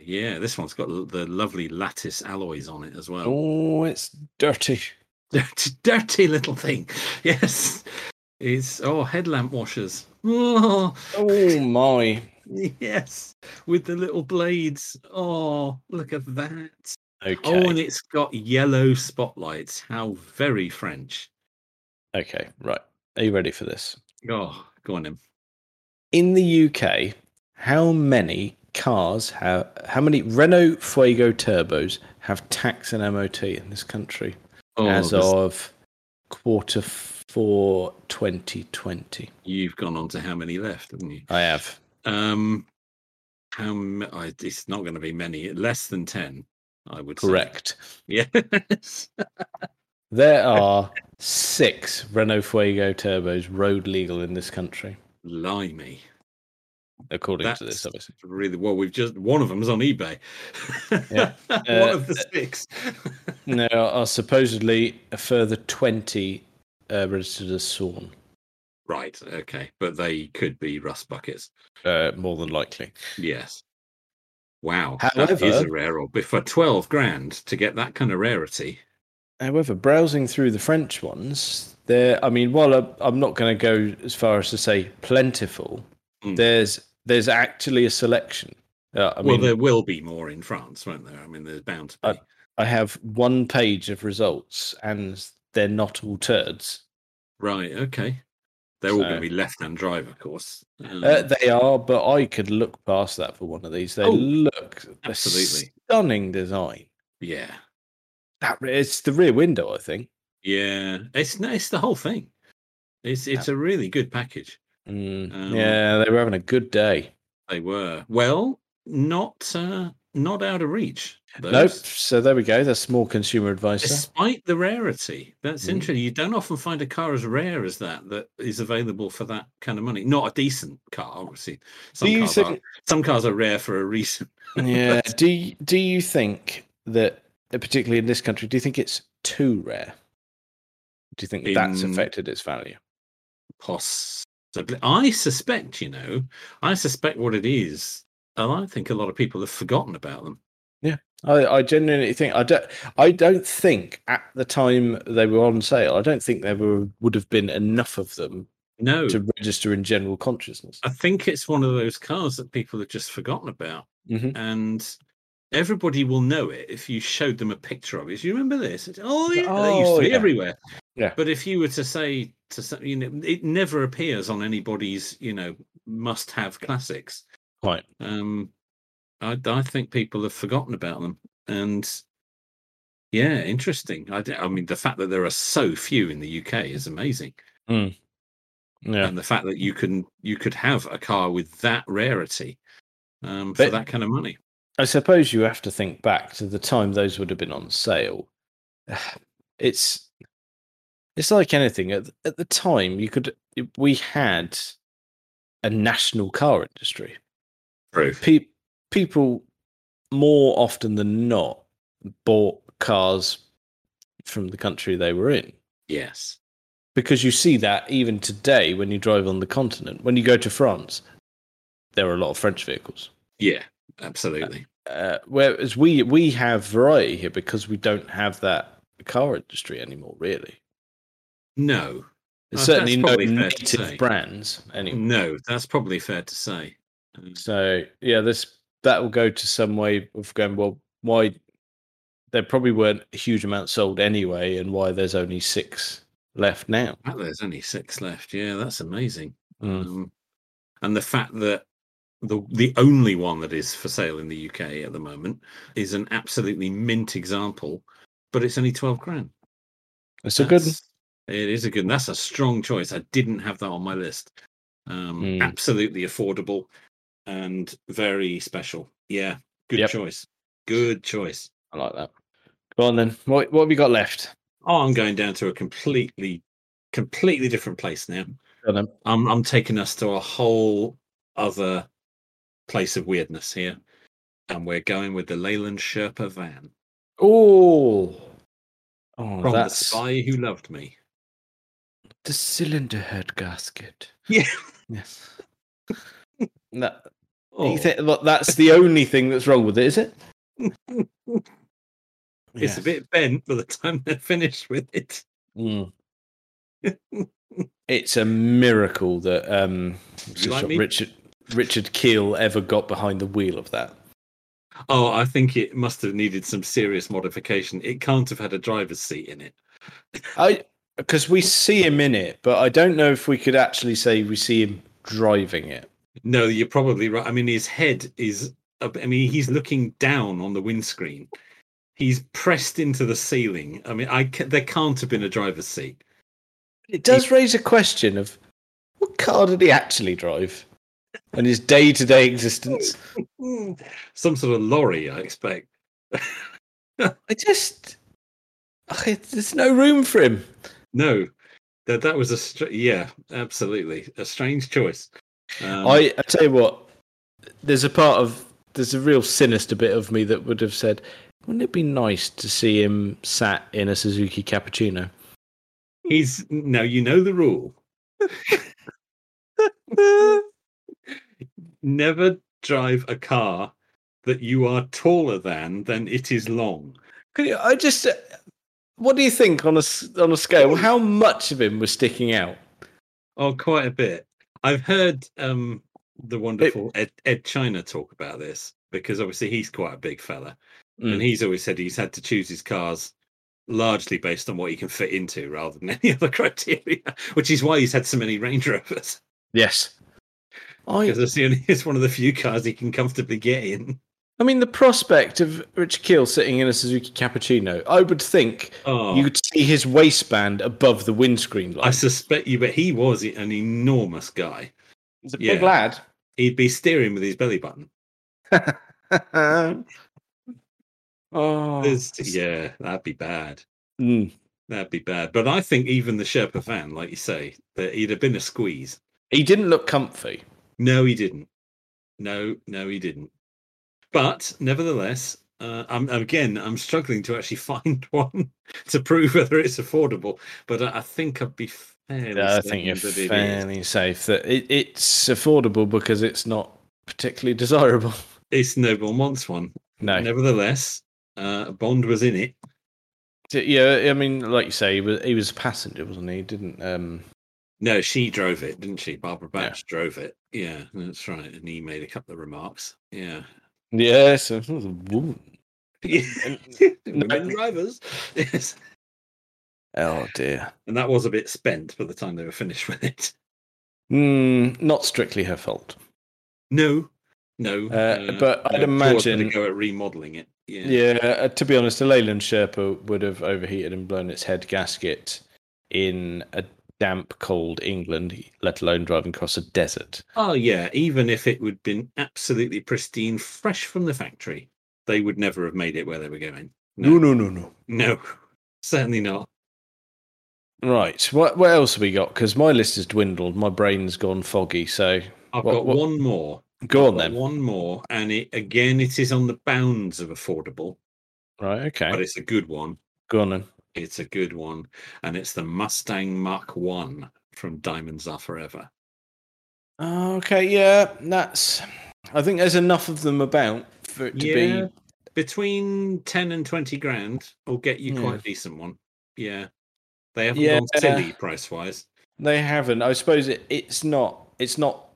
Speaker 1: Yeah, this one's got l- the lovely lattice alloys on it as well.
Speaker 3: Oh, it's dirty.
Speaker 1: Dirty, dirty little thing. <laughs> Yes. It's, oh, headlamp washers. Oh,
Speaker 3: Oh my.
Speaker 1: <laughs> yes. With the little blades. Oh, look at that.
Speaker 3: Okay.
Speaker 1: Oh, and it's got yellow spotlights. How very French.
Speaker 3: okay, right. Are you ready for this?
Speaker 1: Oh, go on, him.
Speaker 3: In the UK, how many cars have how many Renault Fuego turbos have tax and MOT in this country?
Speaker 1: Oh,
Speaker 3: as
Speaker 1: this-
Speaker 3: of quarter four 2020.
Speaker 1: You've gone on to how many left, haven't you?
Speaker 3: I have.
Speaker 1: Um, how m- I, it's not going to be many, less than 10, I would
Speaker 3: Correct.
Speaker 1: say. <laughs> Yes.
Speaker 3: There are six Renault Fuego turbos road legal in this country,
Speaker 1: Limey.
Speaker 3: according to this,
Speaker 1: That's-
Speaker 3: obviously.
Speaker 1: Really, well, we've just one of them's on eBay.
Speaker 3: Yeah.
Speaker 1: <laughs> one
Speaker 3: Uh,
Speaker 1: of the six. <laughs>
Speaker 3: There are supposedly a further 20 uh, registered as SAWN,
Speaker 1: right. Okay. But they could be rust buckets.
Speaker 3: uh, more than likely.
Speaker 1: Yes. Wow. that is a
Speaker 3: However-
Speaker 1: rare old. But for 12 grand to get that kind of rarity,
Speaker 3: However, browsing through the French ones, there. I mean, while I'm- I'm not going to go as far as to say plentiful,
Speaker 1: Mm.
Speaker 3: there's there's actually a selection. Uh, I
Speaker 1: well,
Speaker 3: mean,
Speaker 1: there will be more in France, won't there? I mean, there's bound to be.
Speaker 3: Uh, I have one page of results, and they're not all turds.
Speaker 1: Right. Okay. They're all going
Speaker 3: So-
Speaker 1: to be left-hand drive, of course. Um,
Speaker 3: Uh, they are, but I could look past that for one of these. They
Speaker 1: Oh,
Speaker 3: look a
Speaker 1: absolutely.
Speaker 3: stunning design.
Speaker 1: yeah.
Speaker 3: That re- it's the rear window, I think.
Speaker 1: Yeah. It's no, it's the whole thing. It's
Speaker 3: Yeah.
Speaker 1: it's a really good package.
Speaker 3: Mm,
Speaker 1: Um,
Speaker 3: yeah, they were having a good day.
Speaker 1: They were well, not uh, not out of reach.
Speaker 3: Nope.
Speaker 1: those,
Speaker 3: So there we go. That's more consumer advice. there.
Speaker 1: Despite the rarity, that's
Speaker 3: Mm.
Speaker 1: interesting. You don't often find a car as rare as that that is available for that kind of money. Not a decent car, obviously. Some
Speaker 3: Do you
Speaker 1: cars
Speaker 3: think?
Speaker 1: <laughs> are, some cars are rare for a reason.
Speaker 3: yeah. Do y- Do you think that, uh, particularly in this country, do you think it's too rare? Do you think that's
Speaker 1: In-
Speaker 3: affected its value?
Speaker 1: Possibly. I suspect, you know, I suspect what it is. And I think a lot of people have forgotten about them.
Speaker 3: I, I genuinely think I don't. I don't think at the time they were on sale. I don't think there were, would have been enough of them
Speaker 1: No,
Speaker 3: to register in general consciousness.
Speaker 1: I think it's one of those cars that people have just forgotten about.
Speaker 3: Mhm.
Speaker 1: And everybody will know it if you showed them a picture of it. Do you remember this? It's, oh, yeah, they used
Speaker 3: Oh,
Speaker 1: to be
Speaker 3: yeah.
Speaker 1: everywhere.
Speaker 3: Yeah.
Speaker 1: But if you were to say to some, you know, it never appears on anybody's, you know, must have classics.
Speaker 3: Right.
Speaker 1: um I, I think people have forgotten about them and yeah interesting I, d- I mean the fact that there are so few in the uk is amazing
Speaker 3: Yeah.
Speaker 1: and the fact that you can you could have a car with that rarity um for
Speaker 3: But-
Speaker 1: that kind of money
Speaker 3: I suppose you have to think back to the time those would have been on sale. <sighs> It's it's like anything. At, at the time, you could we had a national car industry.
Speaker 1: true
Speaker 3: pe- people more often than not bought cars from the country they were in
Speaker 1: yes
Speaker 3: because you see that even today when you drive on the continent when you go to france there are a lot of french vehicles
Speaker 1: yeah absolutely
Speaker 3: uh, whereas we we have variety here because we don't have that car industry anymore really
Speaker 1: no
Speaker 3: there's
Speaker 1: Uh,
Speaker 3: certainly
Speaker 1: that's
Speaker 3: no
Speaker 1: probably fair to say.
Speaker 3: native brands anymore
Speaker 1: no that's probably fair to say Um,
Speaker 3: So yeah, this that will go to some way of going. Well, why there probably weren't a huge amount sold anyway, and why there's only six left now.
Speaker 1: Ah, there's only six left yeah that's amazing
Speaker 3: Mm.
Speaker 1: um, and the fact that the the only one that is for sale in the UK at the moment is an absolutely mint example, but it's only twelve grand.
Speaker 3: It's a good. one.
Speaker 1: That's- It is a good. That's a strong choice. I didn't have that on my list. Um,
Speaker 3: Mm.
Speaker 1: Absolutely affordable and very special. Yeah, good
Speaker 3: Yep.
Speaker 1: choice. Good choice.
Speaker 3: I like that. Go on then. What what have you got left?
Speaker 1: Oh, I'm going down to a completely, completely different place now.
Speaker 3: Go on then.
Speaker 1: I'm I'm taking us to a whole other place of weirdness here, and we're going with the Leyland Sherpa van
Speaker 3: Oh, oh,
Speaker 1: from the
Speaker 3: that's
Speaker 1: spy who loved me.
Speaker 3: the cylinder head gasket.
Speaker 1: Yeah.
Speaker 3: Yes. <laughs> that,
Speaker 1: <laughs> Oh,
Speaker 3: you think, look, that's the only thing that's wrong with it, <laughs> is it?
Speaker 1: it's a
Speaker 3: Yeah.
Speaker 1: bit bent by the time they're finished with it.
Speaker 3: <laughs> Mm. it's a miracle that um,
Speaker 1: you like
Speaker 3: sort of
Speaker 1: me?
Speaker 3: Richard Richard Keel ever got behind the wheel of that.
Speaker 1: Oh, I think it must have needed some serious modification. It can't have had a driver's seat in it.
Speaker 3: I because we see him in it, but I don't know if we could actually say we see him driving it.
Speaker 1: No, you're probably right. I mean, his head is. up- I mean, he's looking down on the windscreen. He's pressed into the ceiling. I mean, I ca- there can't have been a driver's seat.
Speaker 3: It does raise a question of what car did he actually drive, and his day to day existence.
Speaker 1: Mm, some sort of lorry, I expect.
Speaker 3: I just I, there's no room for him.
Speaker 1: No, that that was a str- yeah, absolutely a strange choice. Um,
Speaker 3: I, I tell you what, there's a part of there's a real sinister bit of me that would have said, wouldn't it be nice to see him sat in a Suzuki <laughs> cappuccino?
Speaker 1: he's now you know the rule. Never drive a car that you are taller than than it is long.
Speaker 3: Could you, I just, uh, what do you think on a s- on a scale? How much of him was sticking out?
Speaker 1: Oh, quite a bit. I've heard um, the wonderful Ed, Ed China talk about this because obviously he's quite a big fella.
Speaker 3: Mm.
Speaker 1: And he's always said he's had to choose his cars largely based on what he can fit into rather than <laughs> any other criteria, which is why he's had so many Range Rovers.
Speaker 3: Yes, I
Speaker 1: Because it's, the only- <laughs> it's one of the few cars he can comfortably get in.
Speaker 3: I mean the prospect of Richard Keel sitting in a Suzuki cappuccino, I would think
Speaker 1: Oh,
Speaker 3: you could see his waistband above the windscreen
Speaker 1: I
Speaker 3: line.
Speaker 1: suspect you, but he was an enormous guy.
Speaker 3: He's a
Speaker 1: yeah.
Speaker 3: big lad. <laughs>
Speaker 1: He'd be steering with his belly button.
Speaker 3: oh,
Speaker 1: There's- yeah, that'd be bad.
Speaker 3: Mm.
Speaker 1: That'd be bad. But I think even the Sherpa van, like you say, that he'd have been a squeeze.
Speaker 3: He didn't look comfy.
Speaker 1: No, he didn't. No, no, he didn't. But nevertheless, Uh, I'm again, I'm struggling to actually <laughs> find one to prove whether it's affordable, but I, I think I'd be fairly.
Speaker 3: Yeah, I think
Speaker 1: certain
Speaker 3: you're
Speaker 1: that it is.
Speaker 3: fairly safe that it, it's affordable because it's not particularly desirable. <laughs>
Speaker 1: It's no one wants one.
Speaker 3: No,
Speaker 1: Nevertheless, uh, Bond was in it.
Speaker 3: D- yeah, I mean, like you say, he was, he was a passenger, wasn't he? He Didn't um,
Speaker 1: No, she drove it, didn't she? Barbara
Speaker 3: Yeah.
Speaker 1: Batch drove it. Yeah, that's right. And he made a couple of remarks. Yeah.
Speaker 3: yes, <laughs> it was
Speaker 1: <laughs>
Speaker 3: a woman.
Speaker 1: Women drivers. <laughs> Yes.
Speaker 3: Oh dear,
Speaker 1: And that was a bit spent by the time they were finished with it.
Speaker 3: mm, not strictly her fault.
Speaker 1: No, no.
Speaker 3: Uh, but I'd imagine-
Speaker 1: to go at remodeling it. Yeah.
Speaker 3: Yeah, uh, to be honest, a Leyland Sherpa would have overheated and blown its head gasket in a damp, cold England, let alone driving across a desert.
Speaker 1: Oh yeah. Even if it would been absolutely pristine, fresh from the factory, they would never have made it where they were going. No,
Speaker 3: no, no, no.
Speaker 1: no, <laughs> certainly not.
Speaker 3: Right. What what else have we got? Because my list has dwindled. My brain's gone foggy. So
Speaker 1: I've
Speaker 3: What-
Speaker 1: got
Speaker 3: what-
Speaker 1: one more.
Speaker 3: go on
Speaker 1: Got
Speaker 3: then.
Speaker 1: One more, and it again, it is on the bounds of affordable,
Speaker 3: Right.
Speaker 1: but
Speaker 3: Okay.
Speaker 1: it's a good one.
Speaker 3: Go on then.
Speaker 1: It's a good one, and it's the Mustang Mach One from Diamonds Are Forever.
Speaker 3: Okay. Yeah. That's. I think there's enough of them about for it to
Speaker 1: Yeah.
Speaker 3: be.
Speaker 1: Between ten and twenty grand will get you
Speaker 3: Yeah.
Speaker 1: quite a decent one. Yeah, they haven't
Speaker 3: Yeah.
Speaker 1: gone silly price wise.
Speaker 3: They haven't. I suppose it, it's not. It's not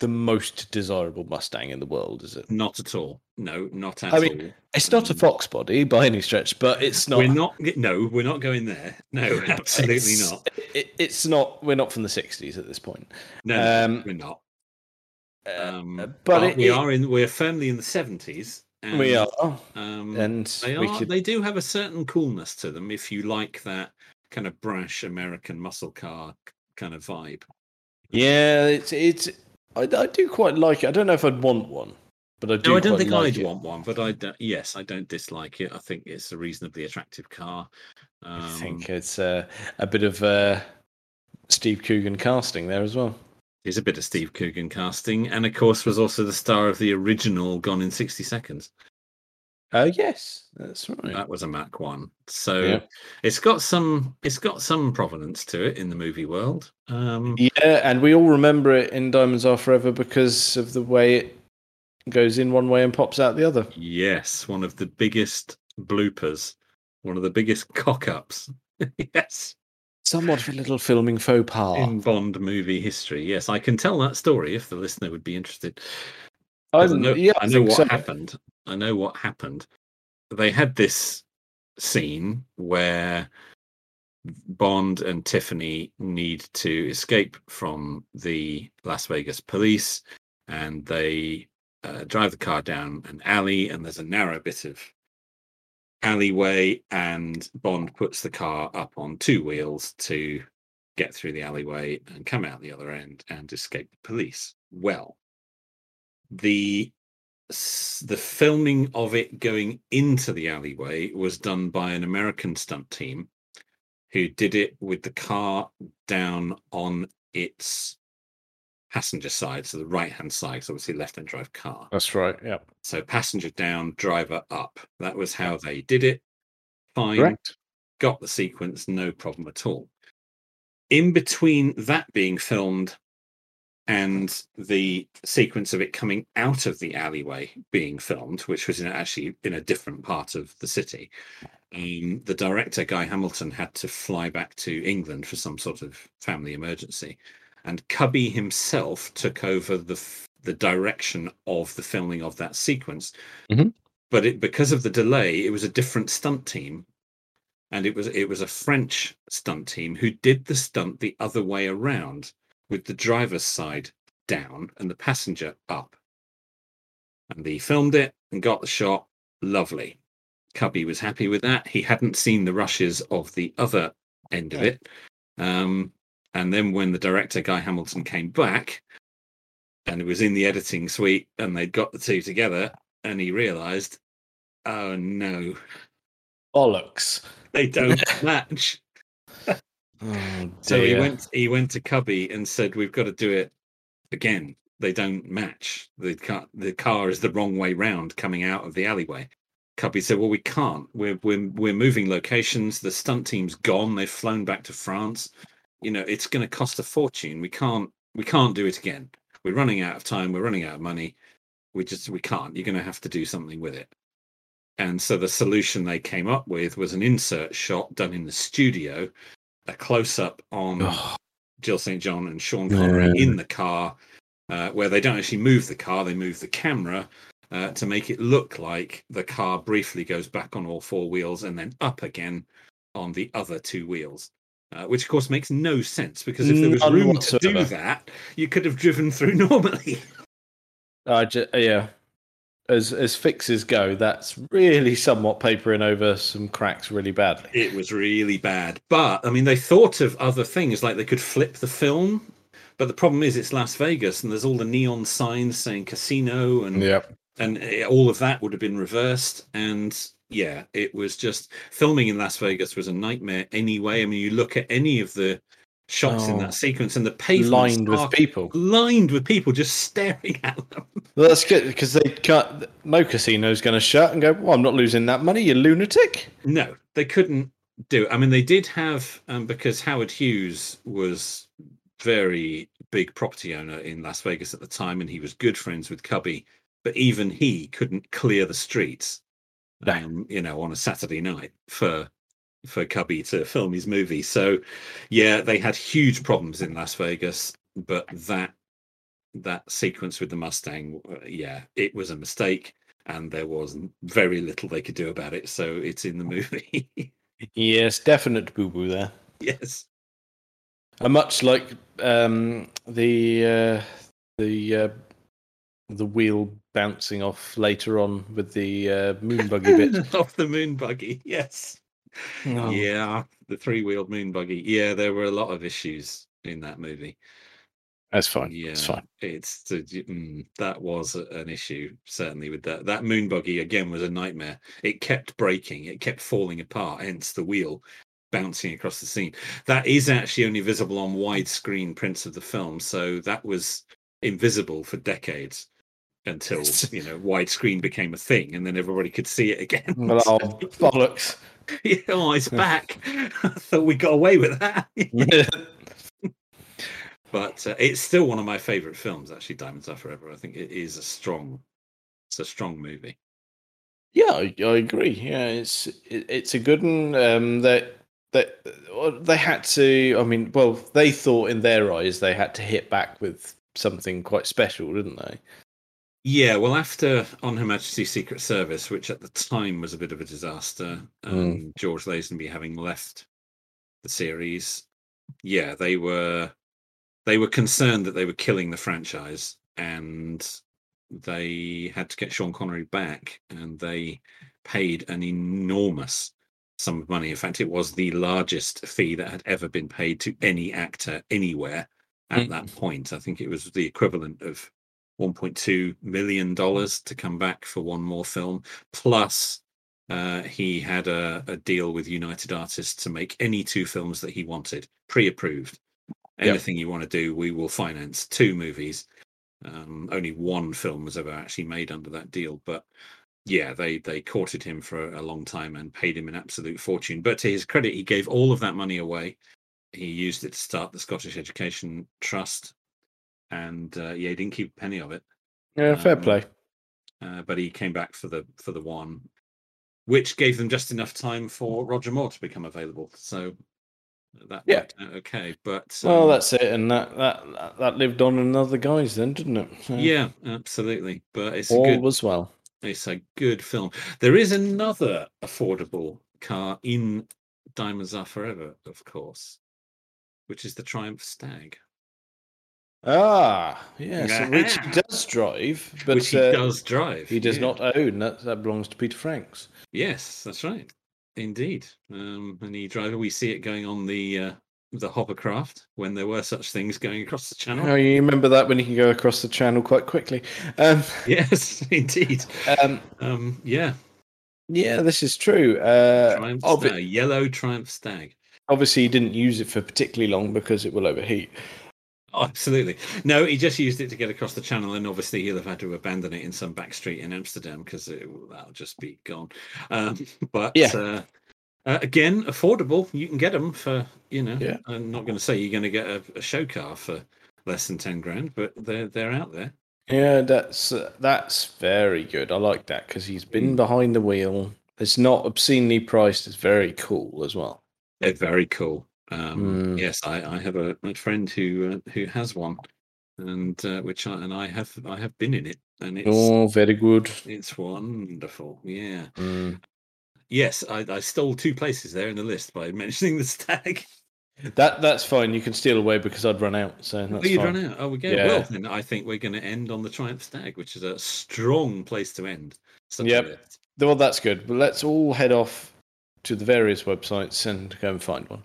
Speaker 3: the most desirable Mustang in the world, is it?
Speaker 1: Not at all. No, not at
Speaker 3: I mean,
Speaker 1: all.
Speaker 3: It's not a
Speaker 1: Mm.
Speaker 3: fox body by any stretch, but it's not.
Speaker 1: We're not. g- No, we're not going there. <laughs> No, absolutely
Speaker 3: <laughs> it's-
Speaker 1: not.
Speaker 3: It, it's not. We're not from the '60s at this point.
Speaker 1: No, no,
Speaker 3: um,
Speaker 1: we're not.
Speaker 3: Uh,
Speaker 1: Um,
Speaker 3: uh,
Speaker 1: but
Speaker 3: but it-
Speaker 1: we
Speaker 3: it-
Speaker 1: are in. We're firmly in the seventies.
Speaker 3: we are,
Speaker 1: Um,
Speaker 3: and
Speaker 1: they
Speaker 3: we
Speaker 1: are.
Speaker 3: could.
Speaker 1: They do have a certain coolness to them if you like that kind of brash American muscle car k- kind of vibe.
Speaker 3: Yeah, it's it's. I, I do quite like it. I don't know if I'd want one, but I do.
Speaker 1: No, I don't
Speaker 3: quite
Speaker 1: think
Speaker 3: like
Speaker 1: I'd
Speaker 3: it.
Speaker 1: want one, but I do- yes, I don't dislike it. I think it's a reasonably attractive car. Um,
Speaker 3: I think it's uh, a bit of uh, Steve Coogan casting there as well.
Speaker 1: is a bit of Steve Coogan casting, and of course was also the star of the original Gone in sixty seconds.
Speaker 3: Uh, yes, that's right.
Speaker 1: That was a Mac one, so
Speaker 3: Yeah.
Speaker 1: it's got some it's got some provenance to it in the movie world. Um,
Speaker 3: yeah, and we all remember it in Diamonds Are Forever because of the way it goes in one way and pops out the other.
Speaker 1: Yes, one of the biggest bloopers, one of the biggest <laughs> cock ups. yes,
Speaker 3: Somewhat of a little filming faux pas.
Speaker 1: in Bond movie history. Yes, I can tell that story if the listener would be interested. 'Cause
Speaker 3: I'm-
Speaker 1: I know,
Speaker 3: yeah,
Speaker 1: I
Speaker 3: I
Speaker 1: know
Speaker 3: think
Speaker 1: what
Speaker 3: so.
Speaker 1: happened. I know what happened. They had this scene where Bond and Tiffany need to escape from the Las Vegas police, and they uh, drive the car down an alley, and there's a narrow bit of alleyway, and Bond puts the car up on two wheels to get through the alleyway and come out the other end and escape the police. Well, the s- the filming of it going into the alleyway was done by an American stunt team who did it with the car down on its passenger side, so the right hand side, so obviously left hand drive car.
Speaker 3: That's right. Yeah.
Speaker 1: So passenger down, driver up. That was how they did it. Fine
Speaker 3: Correct.
Speaker 1: got the sequence, no problem at all. In between that being filmed and the sequence of it coming out of the alleyway being filmed, which was in actually in a different part of the city, um, the director, Guy Hamilton, had to fly back to England for some sort of family emergency. And Cubby himself took over the, f- the direction of the filming of that sequence.
Speaker 3: Mhm.
Speaker 1: But it, because of the delay, it was a different stunt team and it was it was a French stunt team who did the stunt the other way around, with the driver's side down and the passenger up. And they filmed it and got the shot. Lovely. Cubby was happy with that. He hadn't seen the rushes of the other end of
Speaker 3: Yeah.
Speaker 1: it. Um, and then when the director Guy Hamilton came back, and it was in the editing suite, and they'd got the two together, and he realised, oh no, <laughs>
Speaker 3: Bollocks.
Speaker 1: they don't match.
Speaker 3: Oh,
Speaker 1: So he
Speaker 3: dear.
Speaker 1: went he went to Cubby and said, We've got to do it again. They don't match. The car the car is the wrong way round coming out of the alleyway. Cubby said, "Well, we can't. We're we're we're moving locations. The stunt team's gone. They've flown back to France. You know, it's going to cost a fortune. We can't we can't do it again. We're running out of time. We're running out of money. We just we can't. You're going to have to do something with it." And so the solution they came up with was an insert shot done in the studio, a close up on Jill St. John and Sean Connery
Speaker 3: Yeah.
Speaker 1: in the car, uh, where they don't actually move the car, they move the camera uh, to make it look like the car briefly goes back on all four wheels and then up again on the other two wheels. Uh, which of course makes no sense because if there was
Speaker 3: None
Speaker 1: room to do
Speaker 3: whatsoever.
Speaker 1: that, you could have driven through <laughs> normally.
Speaker 3: I ju- yeah. As as fixes go, that's really somewhat papering over some cracks really badly.
Speaker 1: It was really bad. But I mean, they thought of other things like they could flip the film. But the problem is, it's Las Vegas, and there's all the neon signs saying casino, and
Speaker 2: Yep.
Speaker 1: and eh, all of that would have been reversed. And yeah, it was just filming in Las Vegas was a nightmare anyway. I mean, you look at any of the shots in
Speaker 3: Oh.
Speaker 1: that sequence, and the pavements
Speaker 3: Lined
Speaker 1: are
Speaker 3: with people.
Speaker 1: lined with people just <laughs> staring at them.
Speaker 3: Well, that's good because they can't. No casino's going to shut and go. Well, I'm not losing that money. You lunatic.
Speaker 1: No, they couldn't do. it. I mean, they did have um, because Howard Hughes was very big property owner in Las Vegas at the time, and he was good friends with Cubby. But even he couldn't clear the streets,
Speaker 3: No.
Speaker 1: um, you know, on a Saturday night for for Cubby to film his movie. So, yeah, they had huge problems in Las Vegas. But that that sequence with the Mustang, uh, yeah, it was a mistake and there was n- very little they could do about it. So it's in the movie. <laughs>
Speaker 3: Yes, definite boo boo there.
Speaker 1: yes.
Speaker 3: And much like um, the uh, the uh, the wheel bouncing off later on with the uh, moon buggy bit. Oh.
Speaker 1: Off the moon buggy. Yes. <laughs> Yeah. The three wheeled moon buggy. Yeah. There were a lot of issues in that movie.
Speaker 3: that's fine.
Speaker 1: Yeah.
Speaker 3: It's fine.
Speaker 1: It's the- mm, that was a- an issue, certainly, with that. That moon buggy, again, was a nightmare. It kept breaking, it kept falling apart, hence the wheel bouncing across the scene. That is actually only visible on widescreen prints of the film. So that was invisible for decades until, you know, widescreen became a thing and then everybody could see it again.
Speaker 3: Well,
Speaker 1: So,
Speaker 3: oh, bollocks.
Speaker 1: <laughs> yeah, oh, it's back. <laughs> I thought we got away with that. <laughs> but uh, it's still one of my favorite films actually diamonds are forever i think it is a strong it's a strong movie
Speaker 3: Yeah, I, I agree. Yeah, it's it, it's a good one. Um, that that uh, they had to. I mean, well, they thought in their eyes they had to hit back with something quite special, didn't they?
Speaker 1: yeah well after on her majesty's secret service which at the time was a bit of a disaster um,
Speaker 3: Mm.
Speaker 1: george lazenby having left the series yeah they were they were concerned that they were killing the franchise and they had to get sean connery back and they paid an enormous sum of money in fact it was the largest fee that had ever been paid to any actor anywhere at
Speaker 3: Mm.
Speaker 1: that point i think it was the equivalent of 1.2 million dollars to come back for one more film plus uh, he had a, a deal with United Artists to make any two films that he wanted, pre-approved.
Speaker 3: Yep.
Speaker 1: Anything you want to do, we will finance two movies. Um, only one film was ever actually made under that deal, but yeah, they they courted him for a, a long time and paid him an absolute fortune. But to his credit, he gave all of that money away. He used it to start the Scottish Education Trust, and uh, yeah, he didn't keep a penny of it
Speaker 3: Yeah, fair
Speaker 1: Um,
Speaker 3: play.
Speaker 1: uh, but he came back for the for the one, which gave them just enough time for Roger Moore to become available. So that
Speaker 3: Yeah.
Speaker 1: worked out okay. But
Speaker 3: Well,
Speaker 1: um,
Speaker 3: that's it, and that that that- that lived on in other guys, then, didn't it? So,
Speaker 1: yeah, absolutely. But it's a
Speaker 3: all
Speaker 1: good
Speaker 3: was well.
Speaker 1: it's a good film. There is another affordable car in Diamonds Are Forever, of course, which is the Triumph Stag,
Speaker 3: Ah, yes, which he
Speaker 1: Yeah.
Speaker 3: does drive, but
Speaker 1: which he
Speaker 3: uh,
Speaker 1: does drive.
Speaker 3: he does
Speaker 1: yeah.
Speaker 3: not own. That that belongs to Peter Franks.
Speaker 1: Yes, that's right. Indeed. Um, and he driver, we see it going on the uh, the hovercraft when there were such things going across the channel.
Speaker 3: Oh, <laughs> you remember that when he can go across the channel quite quickly. Um,
Speaker 1: Yes, <laughs> indeed.
Speaker 3: um,
Speaker 1: Um, yeah,
Speaker 3: Yeah, this is true. Uh,
Speaker 1: Triumph
Speaker 3: obvi-
Speaker 1: Stag, yellow Triumph Stag.
Speaker 3: obviously, he didn't use it for particularly long because it will overheat.
Speaker 1: Oh, absolutely. No, he just used it to get across the channel, and obviously he'll have had to abandon it in some back street in Amsterdam because that'll just be gone. Um, <laughs> but
Speaker 3: Yeah.
Speaker 1: uh, uh, again, affordable. You can get them for you know.
Speaker 3: Yeah.
Speaker 1: I'm not going to say you're going to get a, a show car for less than ten grand, but they're they're out there.
Speaker 3: Yeah, that's uh, that's very good. I like that because he's been
Speaker 1: Hmm.
Speaker 3: behind the wheel. It's not obscenely priced. It's very cool as well.
Speaker 1: They're very cool. Um,
Speaker 3: Mm.
Speaker 1: Yes, I, I have a, a friend who uh, who has one, and uh, which I, and I have I have been in it, and it's
Speaker 3: Oh, very good.
Speaker 1: it's wonderful. Yeah.
Speaker 3: Mm.
Speaker 1: Yes, I, I stole two places there in the list by <laughs> mentioning the stag.
Speaker 3: That that's fine. You can steal away because I'd run out. So
Speaker 1: Oh,
Speaker 3: that's
Speaker 1: you'd
Speaker 3: fine.
Speaker 1: run out. Oh, we go.
Speaker 3: Yeah.
Speaker 1: Well, then I think we're going to end on the Triumph Stag, which is a strong place to end. Such a
Speaker 3: Yep.
Speaker 1: list.
Speaker 3: Well, that's good. But let's all head off to the various websites and go and find one.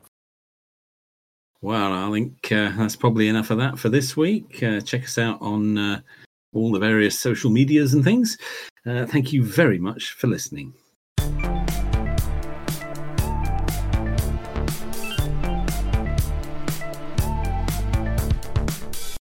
Speaker 1: Well, I think uh, that's probably enough of that for this week. Uh, check us out on uh, all the various social medias and things. Uh, thank you very much for listening.